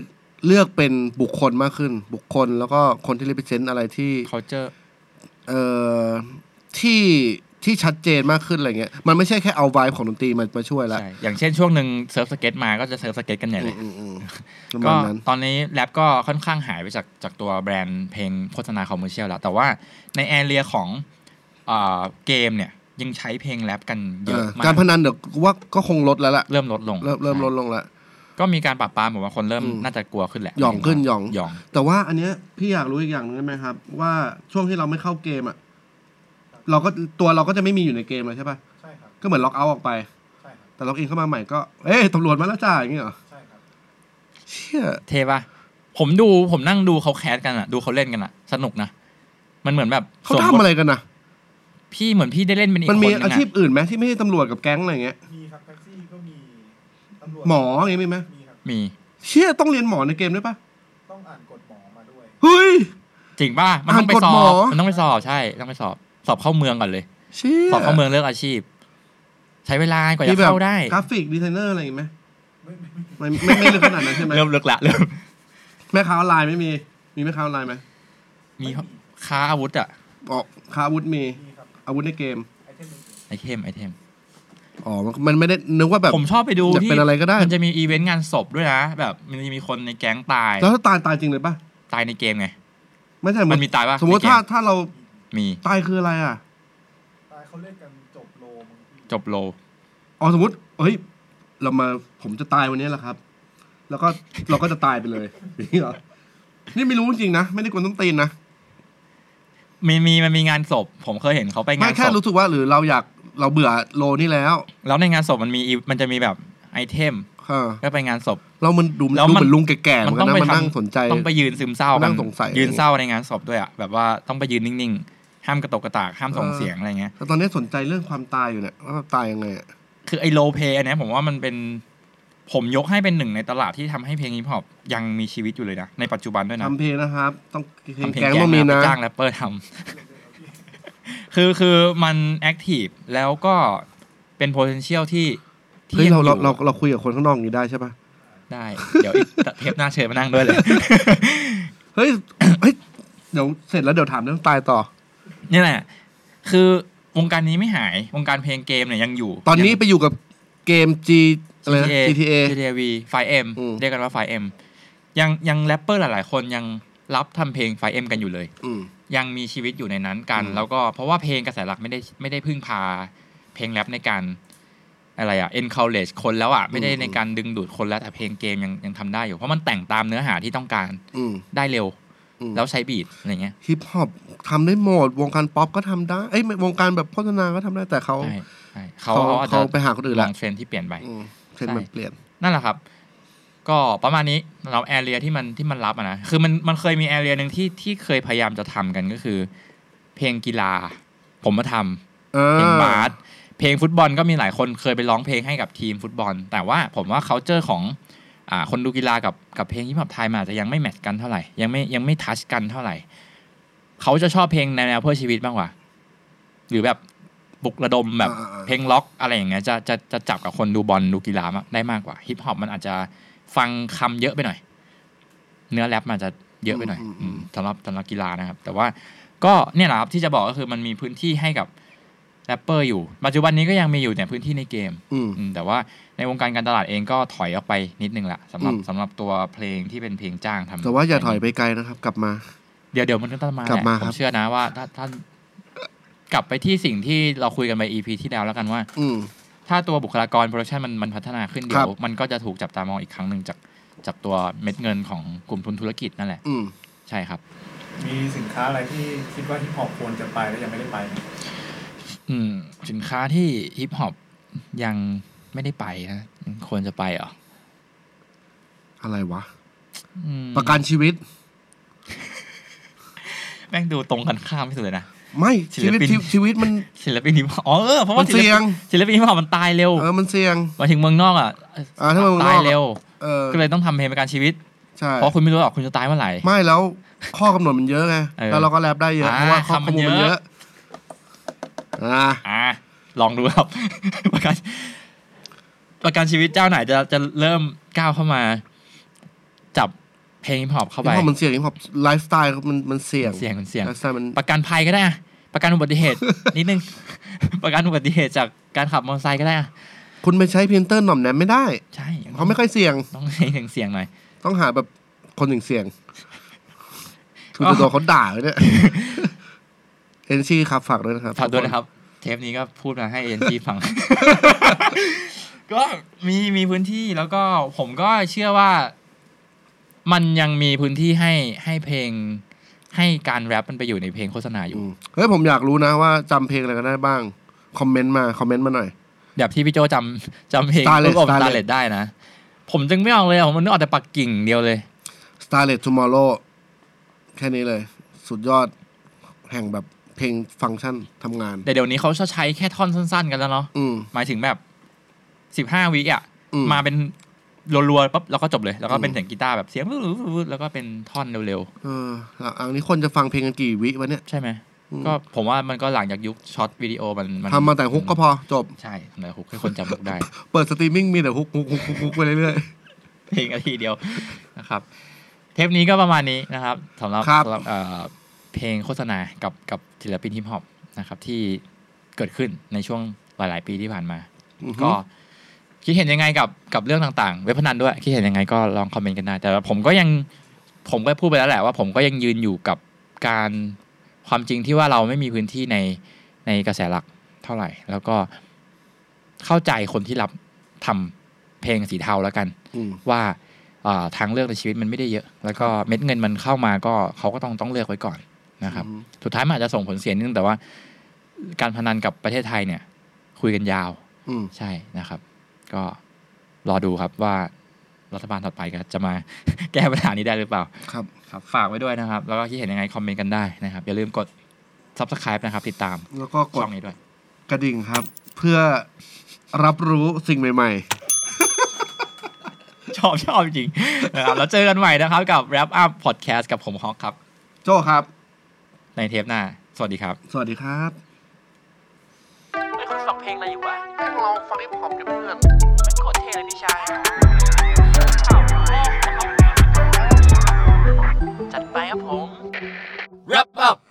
เลือกเป็นบุคคลมากขึ้น บุคคลแล้วก็คนที่รีเ e ซ e n t อะไรที่ culture เอ่อที่ที่ชัดเจนมากขึ้นอะไรเงี้ยมันไม่ใช่แค่เอาไวบ์ของดนตรีมามาช่วยละ ใช่ อย่างเช่นช่วงหนึ่งเซิร์ฟสเก็ตมาก็จะเซิร์ฟสเก็ตกันใหญ่เลย อืมอืมประ ก็ มาณนั้น ตอนนี้แรปก็ค่อนข้างหายไปจากจากตัวแบรนด์เพลงโฆษณาคอมเมอร์เชียลแล้ว แต่ว่าในแอเรียของเอ่อเกมเนี่ยยังใช้เพลงแรปกันเยอะ เออ มาก การพนันเดี๋ยวกูว่าก็คงลดแล้วล่ะ เริ่มลดลง เริ่มเริ่มลดลงละ ก็มีการปรับปรามผมว่าคนเริ่ม อืม น่าจะกลัวขึ้นแหละ หย่องขึ้นหย่อง หย่อง แต่ว่าอันเนี้ยพี่อยากรู้อีกอย่างหนึงได้ไหมครับ ว่าช่วงที่เราไม่เข้าเกมอ่ะเราก็ตัวเราก็จะไม่มีอยู่ในเกมเลยใช่ป่ะ ใช่ครับ ก็เหมือนล็อกเอาท์ออกไป ใช่ครับ แต่ล็อกอินเข้ามาใหม่ก็เอ๊ะตำรวจมาแล้วจ้าอย่างเงี้ยเหรอ ใช่ครับ เชี่ย เทปะผมดูผมนั่งดูเขาแคสกันอะดูเขาเล่นกันอะสนุกนะ มันเหมือนแบบ เขา สวมบททำอะไรกันนะ พี่เหมือนพี่ได้เล่นเป็นอีกค มัน นหนึ มี ง อา อะ ชีพอื่นไหมที่ไม่ใช่ตำรวจกับแก๊งอะไรเงี้ย มีครับแท็กซี่ก็มีตำรวจ หมออย่างเงี้ยมีไหม มีครับ มี เชี่ยต้องเรียนหมอในเกมด้วยป่ะ ต้องอ่านกฎหมอมาด้วย เฮ้ย จริงป่ะมันต้องไป อ่านกฎ สอ หมอ บมันต้องไปสอบใช่ต้องไปสอบสอบเข้าเมืองก่อนเลย เชี่ย สอบเข้าเมืองเลือกอาชีพ ใช้เวลากว่าจะ แบบ เข้าได้ กราฟิกดีไซเนอร์อะไรอย่างงี้ไหม ไม่ไม่ไม่ ไม่ไม่ไม่ลึกขนาดนั้นใช่ไหม เริ่มลึกละเริ่ม แม่ค้าออนไลน์ไม่มี มีแม่ค้าออนไลน์ไหม มีค้าอาวุธอะ ออกค้าอาวุธมี มีครับ อาวุธในเกม ไอเทมอื่น ไอเทมไอเทม อ๋อ มันไม่ได้นึกว่าแบบ ผมชอบไปดู อยาก ที่ เป็นอะไรก็ได้ มันจะมีอีเวนต์งานศพด้วยนะ แบบมันจะมีคนในแก๊งตาย แล้วถ้าตายตายจริงเลยป่ะ ตายในเกมไง ไม่ใช่ มันมีตายป่ะ สมมติ ในเก ถ้าถ้าเรา มี ตายคืออะไรอ่ะ ๆตายเขาเล่นกันจบโลมั้งพี่ จบโล อ๋อสมมติเฮ้ย เรามาผมจะตายวันนี้แหละครับ แล้วก็เราก็จะตายไปเลยนี่เหรอ นี่ไม่รู้จริงนะ ไม่ได้กวนต้องตีนนะ มีมีมันมีงานศพ ผมเคยเห็นเขาไป ไม่ งาน แค่ ศพ รู้สึกว่าหรือเราอยากเราเบื่อโลนี่แล้ว แล้วในงานศพมันมีอีมันจะมีแบบไอเทม เออ ก็ไปงานศพ เรามันดู แล้ว ดู มัน เหมือนลุงแก่ๆเหมือนกันนะมันนั่งสนใจ ต้องไปยืนซึมเศร้า มากันั่งสงสัย ยืนเศร้าในงานศพด้วยอะแบบว่าต้องไปยืนนิ่งๆ ห้ามกระตกกระตากห้ามส่งเสียงอะไรเงี้ย แต่ตอนนี้สนใจเรื่องความตายอยู่เนี่ยว่าตายยังไงอะ คือไอโลเพย์อันเนี้ยผมว่ามันเป็น ผมยกให้เป็นหนึ่งในตลาดที่ทำให้เพลงฮิปฮอปยังมีชีวิตอยู่เลยนะ ในปัจจุบันด้วยนะ ทำเพลงนะครับ ต้องเพลง ทำเพลง แก๊ง แก ต้องมี ง นะ ไปจ้างแรปเปอร์ทำ คือคือมันแอคทีฟแล้วก็เป็น potential ที่ที่ เฮ้ย ยัง เรา อ เรา ยู่ เราเราคุยกับคนข้างนอกอย่างนี้ได้ใช่ปะ ได้ เดี๋ยวอีก เทปหน้าเชิญมานั่งด้วยเลย เฮ้ย เฮ้ยเดี๋ยวเสร็จแล้วเดี๋ยวถามเรื่องตายต่อ นี่แหละ คือวงการนี้ไม่หาย วงการเพลงเกมเนี่ยยังอยู่ ตอนนี้ ยัง ไปอยู่กับเกม G อะไรนะ GTA GTA GTA V ไฟเอ็ม อืม เรียกกันว่าไฟเอ็มยังยังแรปเปอร์หลายๆ คนยังรับทำเพลงไฟเอ็มกันอยู่เลย อืม ยังมีชีวิตอยู่ในนั้นกัน อืม แล้วก็เพราะว่าเพลงกระแสหลักไม่ได้ไม่ได้พึ่งพา เพลงแรปในการอะไรอะ encourage คนแล้วอะไม่ได้ในการดึงดูดคนแล้วแต่เพลงเกมยังยังทำได้อยู่ เพราะมันแต่งตามเนื้อหาที่ต้องการ อืม ได้เร็ว อืม แล้วใช้บีทอะไรเงี้ย ฮิปฮอปทำได้หมด วงการป๊อปก็ทำได้ เอ้ยไม่วงการแบบโฆษณาก็ทำได้แต่เขา ใช่ใช่เขา เขา เขาอาจจะ เขาไปหาคนอื่น ม ละ องเทรนด์ที่เปลี่ยนไป อืมเทรนด์มันเปลี่ยน นั่นแหละครับ ก็ประมาณนี้เราแอเรียที่มันที่มันรับอะนะ คือมันมันเคยมีแอเรียหนึ่งที่ที่เคยพยายามจะทำกันก็คือ เพลงกีฬา ผมมาทำ เอ เพลง อบ าสเพลงฟุตบอลก็มีหลายคนเคยไปร้องเพลงให้กับทีมฟุตบอล แต่ว่าผมว่า c u เจอร์ของ อ่าคนดูกีฬากับกับเพลงฮิปฮอปไทยมันอาจจะยังไม่แมทช์กันเท่าไหร่ยังไม่ยังไม่ทัชกันเท่าไหร่เขาจะชอบเพลงแนวๆเพื่อชีวิตมากกว่า หรือแบบปลุกระดมแบบ อ่าอ่า เพลงล็อกอะไรอย่างเงี้ยจะจะจะจับกับคนดูบอลดูกีฬามากได้มากกว่าฮิปฮอปมันอาจจะฟังคำเยอะไปหน่อย เนื้อแรปมันอาจจะเยอะไปหน่อยอืมสำหรับสำหรับกีฬานะครับ แต่ว่าก็เนี่ยแหละครับที่จะบอกก็คือมันมีพื้นที่ให้กับแรปเปอร์อยู่ ปัจจุบันนี้ก็ยังมีอยู่แต่พื้นที่ในเกม อืม อืมแต่ว่าในวงการการตลาดเองก็ถอยออกไปนิดนึงละสำหรับ อืม สำหรับตัวเพลงที่เป็นเพลงจ้างทำ แต่ว่าอย่าถอยไปไกลนะครับ กลับมา เดี๋ยวเดี๋ยวมันก็ต้องมาแห กลั ละ บมา ผ ครั ม บ เชื่อนะว่าถ้าถ้ากลับไปที่สิ่งที่เราคุยกันไป EP ที่แล้วแล้วกันว่า อืม ถ้าตัวบุคลากรโปรดักชันมันมันพัฒนาขึ้นเดี๋ ครั ย บ ว มันก็จะถูกจับตามองอีกครั้งหนึ่งจากจากตัวเม็ดเงินของกลุ่มทุนธุรกิจนั่นแหละ อืม ใช่ครับ มีสินค้าอะไรที่คิดว่าฮิปฮอปควรจะไปแล้วยังไม่ได้ไปไหม อืมสินค้าที่ฮิปฮอปยังไม่ได้ไปนะควรจะไปเหรอ อะไรวะ อืม ประกันชีวิต แม่งดูตรงกันข้ามที่สุดเลยนะ ไม่ ศิ ชี ล วิต ปิน ชีวิตชีวิตมัน ศิลปินฮิปฮอปอ๋อเออเพราะ มั ว่านศิล เสี่ย ปิ ง นศิลปินฮิปฮอปมันตายเร็ว เออมันเสี่ยง หมายถึงเมืองนอกอ่ะเอ่อ อ่าถ้าเมืองนอก ตายเร็ว เออ ก็เลยต้องทำเพลงประกันชีวิต ใช่ เพราะคุณไม่รู้หรอกคุณจะตายเมื่อไหร่ ไม่แล้วข้อกำหนดมันเยอะไง เออ แล้วเราก็แลบได้เยอะ อ่า เพราะว่าข้อ คำมั ข้อน มูลมัน เย เย อะ อะอ่า อ่าลองดูครับ ประกันประกันชีวิตเจ้าไหนจะจะเริ่มก้าวเข้ามา จับเพลงฮิปฮอปเข้าไป ฮิปฮอปมันเสี่ยงฮิปฮอปไลฟ์สไตล์มันมันเสี่ยง เสียงมันเสียง ไลฟ์สไตล์มัน ประกันภัยก็ได้อะประกันอุบัติ เหตุ นิดนึง ประกันอุบัติเหตุจากการขับมอเตอร์ไซค์ก็ได้อะ คุณไปใช้พิมพ์เตอร์หน่อมแนมไม่ได้ ใช่ เขาไม่ค่อยเสี่ยง ต้องให้ถึงเสียงหน่อย ต้องหาแบบคนถึงเสี่ยง ก็ คือจะโดนเขาด่า เลยเนี่ยเอ็นซีครับฝากด้วยนะครับ ฝากด้วยนะครับ เทปนี้ก็พูดมาให้เอ็นจีฟัง ก็มีมีพื้นที่แล้วก็ผมก็เชื่อว่า มันยังมีพื้นที่ให้ให้เพลง ให้การแรปมันไปอยู่ในเพลงโฆษณาอยู่ อืมเฮ้ยผมอยากรู้นะว่าจำเพลงอะไรกันได้บ้าง คอมเมนต์มาคอมเมนต์มาหน่อย แบบที่พี่โจจำจำเพลง Starlet ลูกอม Starlet ตาเลดได้นะ ผมจึงไม่ออกเลยอะผมนึกออกแต่ปักกิ่งเดียวเลย Starlet Tomorrow แค่นี้เลย สุดยอดแห่งแบบเพลงฟังก์ชันทำงาน แต่เดี๋ยวนี้เขาจะใช้แค่ท่อนสั้น ๆ กันแล้วเนาะ อืม หมายถึงแบบสิบห้าวิอ่ะ อืม มาเป็นรัวๆปั๊บแล้วก็จบเลย แล้วก็เป็น อืม เสียงกีตาร์แบบเสียงแล้วก็เป็นท่อนเร็วๆ เออแล้วอันนี้คนจะฟังเพลงกันกี่วิวะเนี่ย ใช่ไหม อืม ก็ผมว่ามันก็หลังจากยุคช็อตวิดีโอมันน ทำมาแต่ฮุกก็พอจบ ใช่ทำแต่ฮุกให้คนจำฮุกได้ เปิดสตรีมมิ่งมีแต่ฮุกฮุกฮุกฮุกฮุกไปเรื่อย เพลงอาทีเดียวนะครับ เทปนี้ก็ประมาณนี้นะครับสำหรับ ครับ สำหรับเอ่อเพลงโฆษณากับกับศิลปินฮิปฮอปนะครับ ที่เกิดขึ้นในช่วงหลาย ๆ ปีที่ผ่านมา ๆอือฮึ ก็คิดเห็นยังไงกับกับเรื่องต่างๆ เว็บพนันด้วย คิดเห็นยังไงก็ลองคอมเมนต์กันได้ แต่ว่าผมก็ยังผมก็พูดไปแล้วแหละว่าผมก็ยังยืนอยู่กับการความจริงที่ว่าเราไม่มีพื้นที่ในในกระแสหลักเท่าไหร่ แล้วก็เข้าใจคนที่รับทำเพลงสีเทาแล้วกัน อืม ว่าเอ่อทางเลือกในชีวิตมันไม่ได้เยอะ แล้วก็เม็ดเงินมันเข้ามาก็เขาก็ต้องต้องเลือกไว้ก่อนนะครับ อืม สุดท้ายมันอาจจะส่งผลเสียนิดนึงแต่ว่า การพนันกับประเทศไทยเนี่ย คุยกันยาว อืม ใช่นะครับ ก็รอดูครับว่ารัฐบาลถัดไปก็จะมา แก้ปัญหานี้ได้หรือเปล่า ครับ ครับ ฝากไว้ด้วยนะครับ แล้วก็คิดเห็นยังไงคอมเมนต์กันได้นะครับ อย่าลืมกด subscribe นะครับ ติดตาม แล้วก็ก ช่ ด องนี้ด้วย กระดิ่งครับ เพื่อรับรู้สิ่งใหม่ ชอบชอบจริงๆนะครับแล้วเจอกันใหม่นะครับ กับ wrap up podcast กับผมฮอกครับ ๆ โจ้ครับ ในเทปหน้า สวัสดีครับ สวัสดีครับ ไม่ค่อยฟังเพลงอะไรอยู่วะ แม่งลองฟังฮิปฮอปดิเพื่อน ไม่โคตรเท่เลยพี่ชายจัดไปครับผม wrap up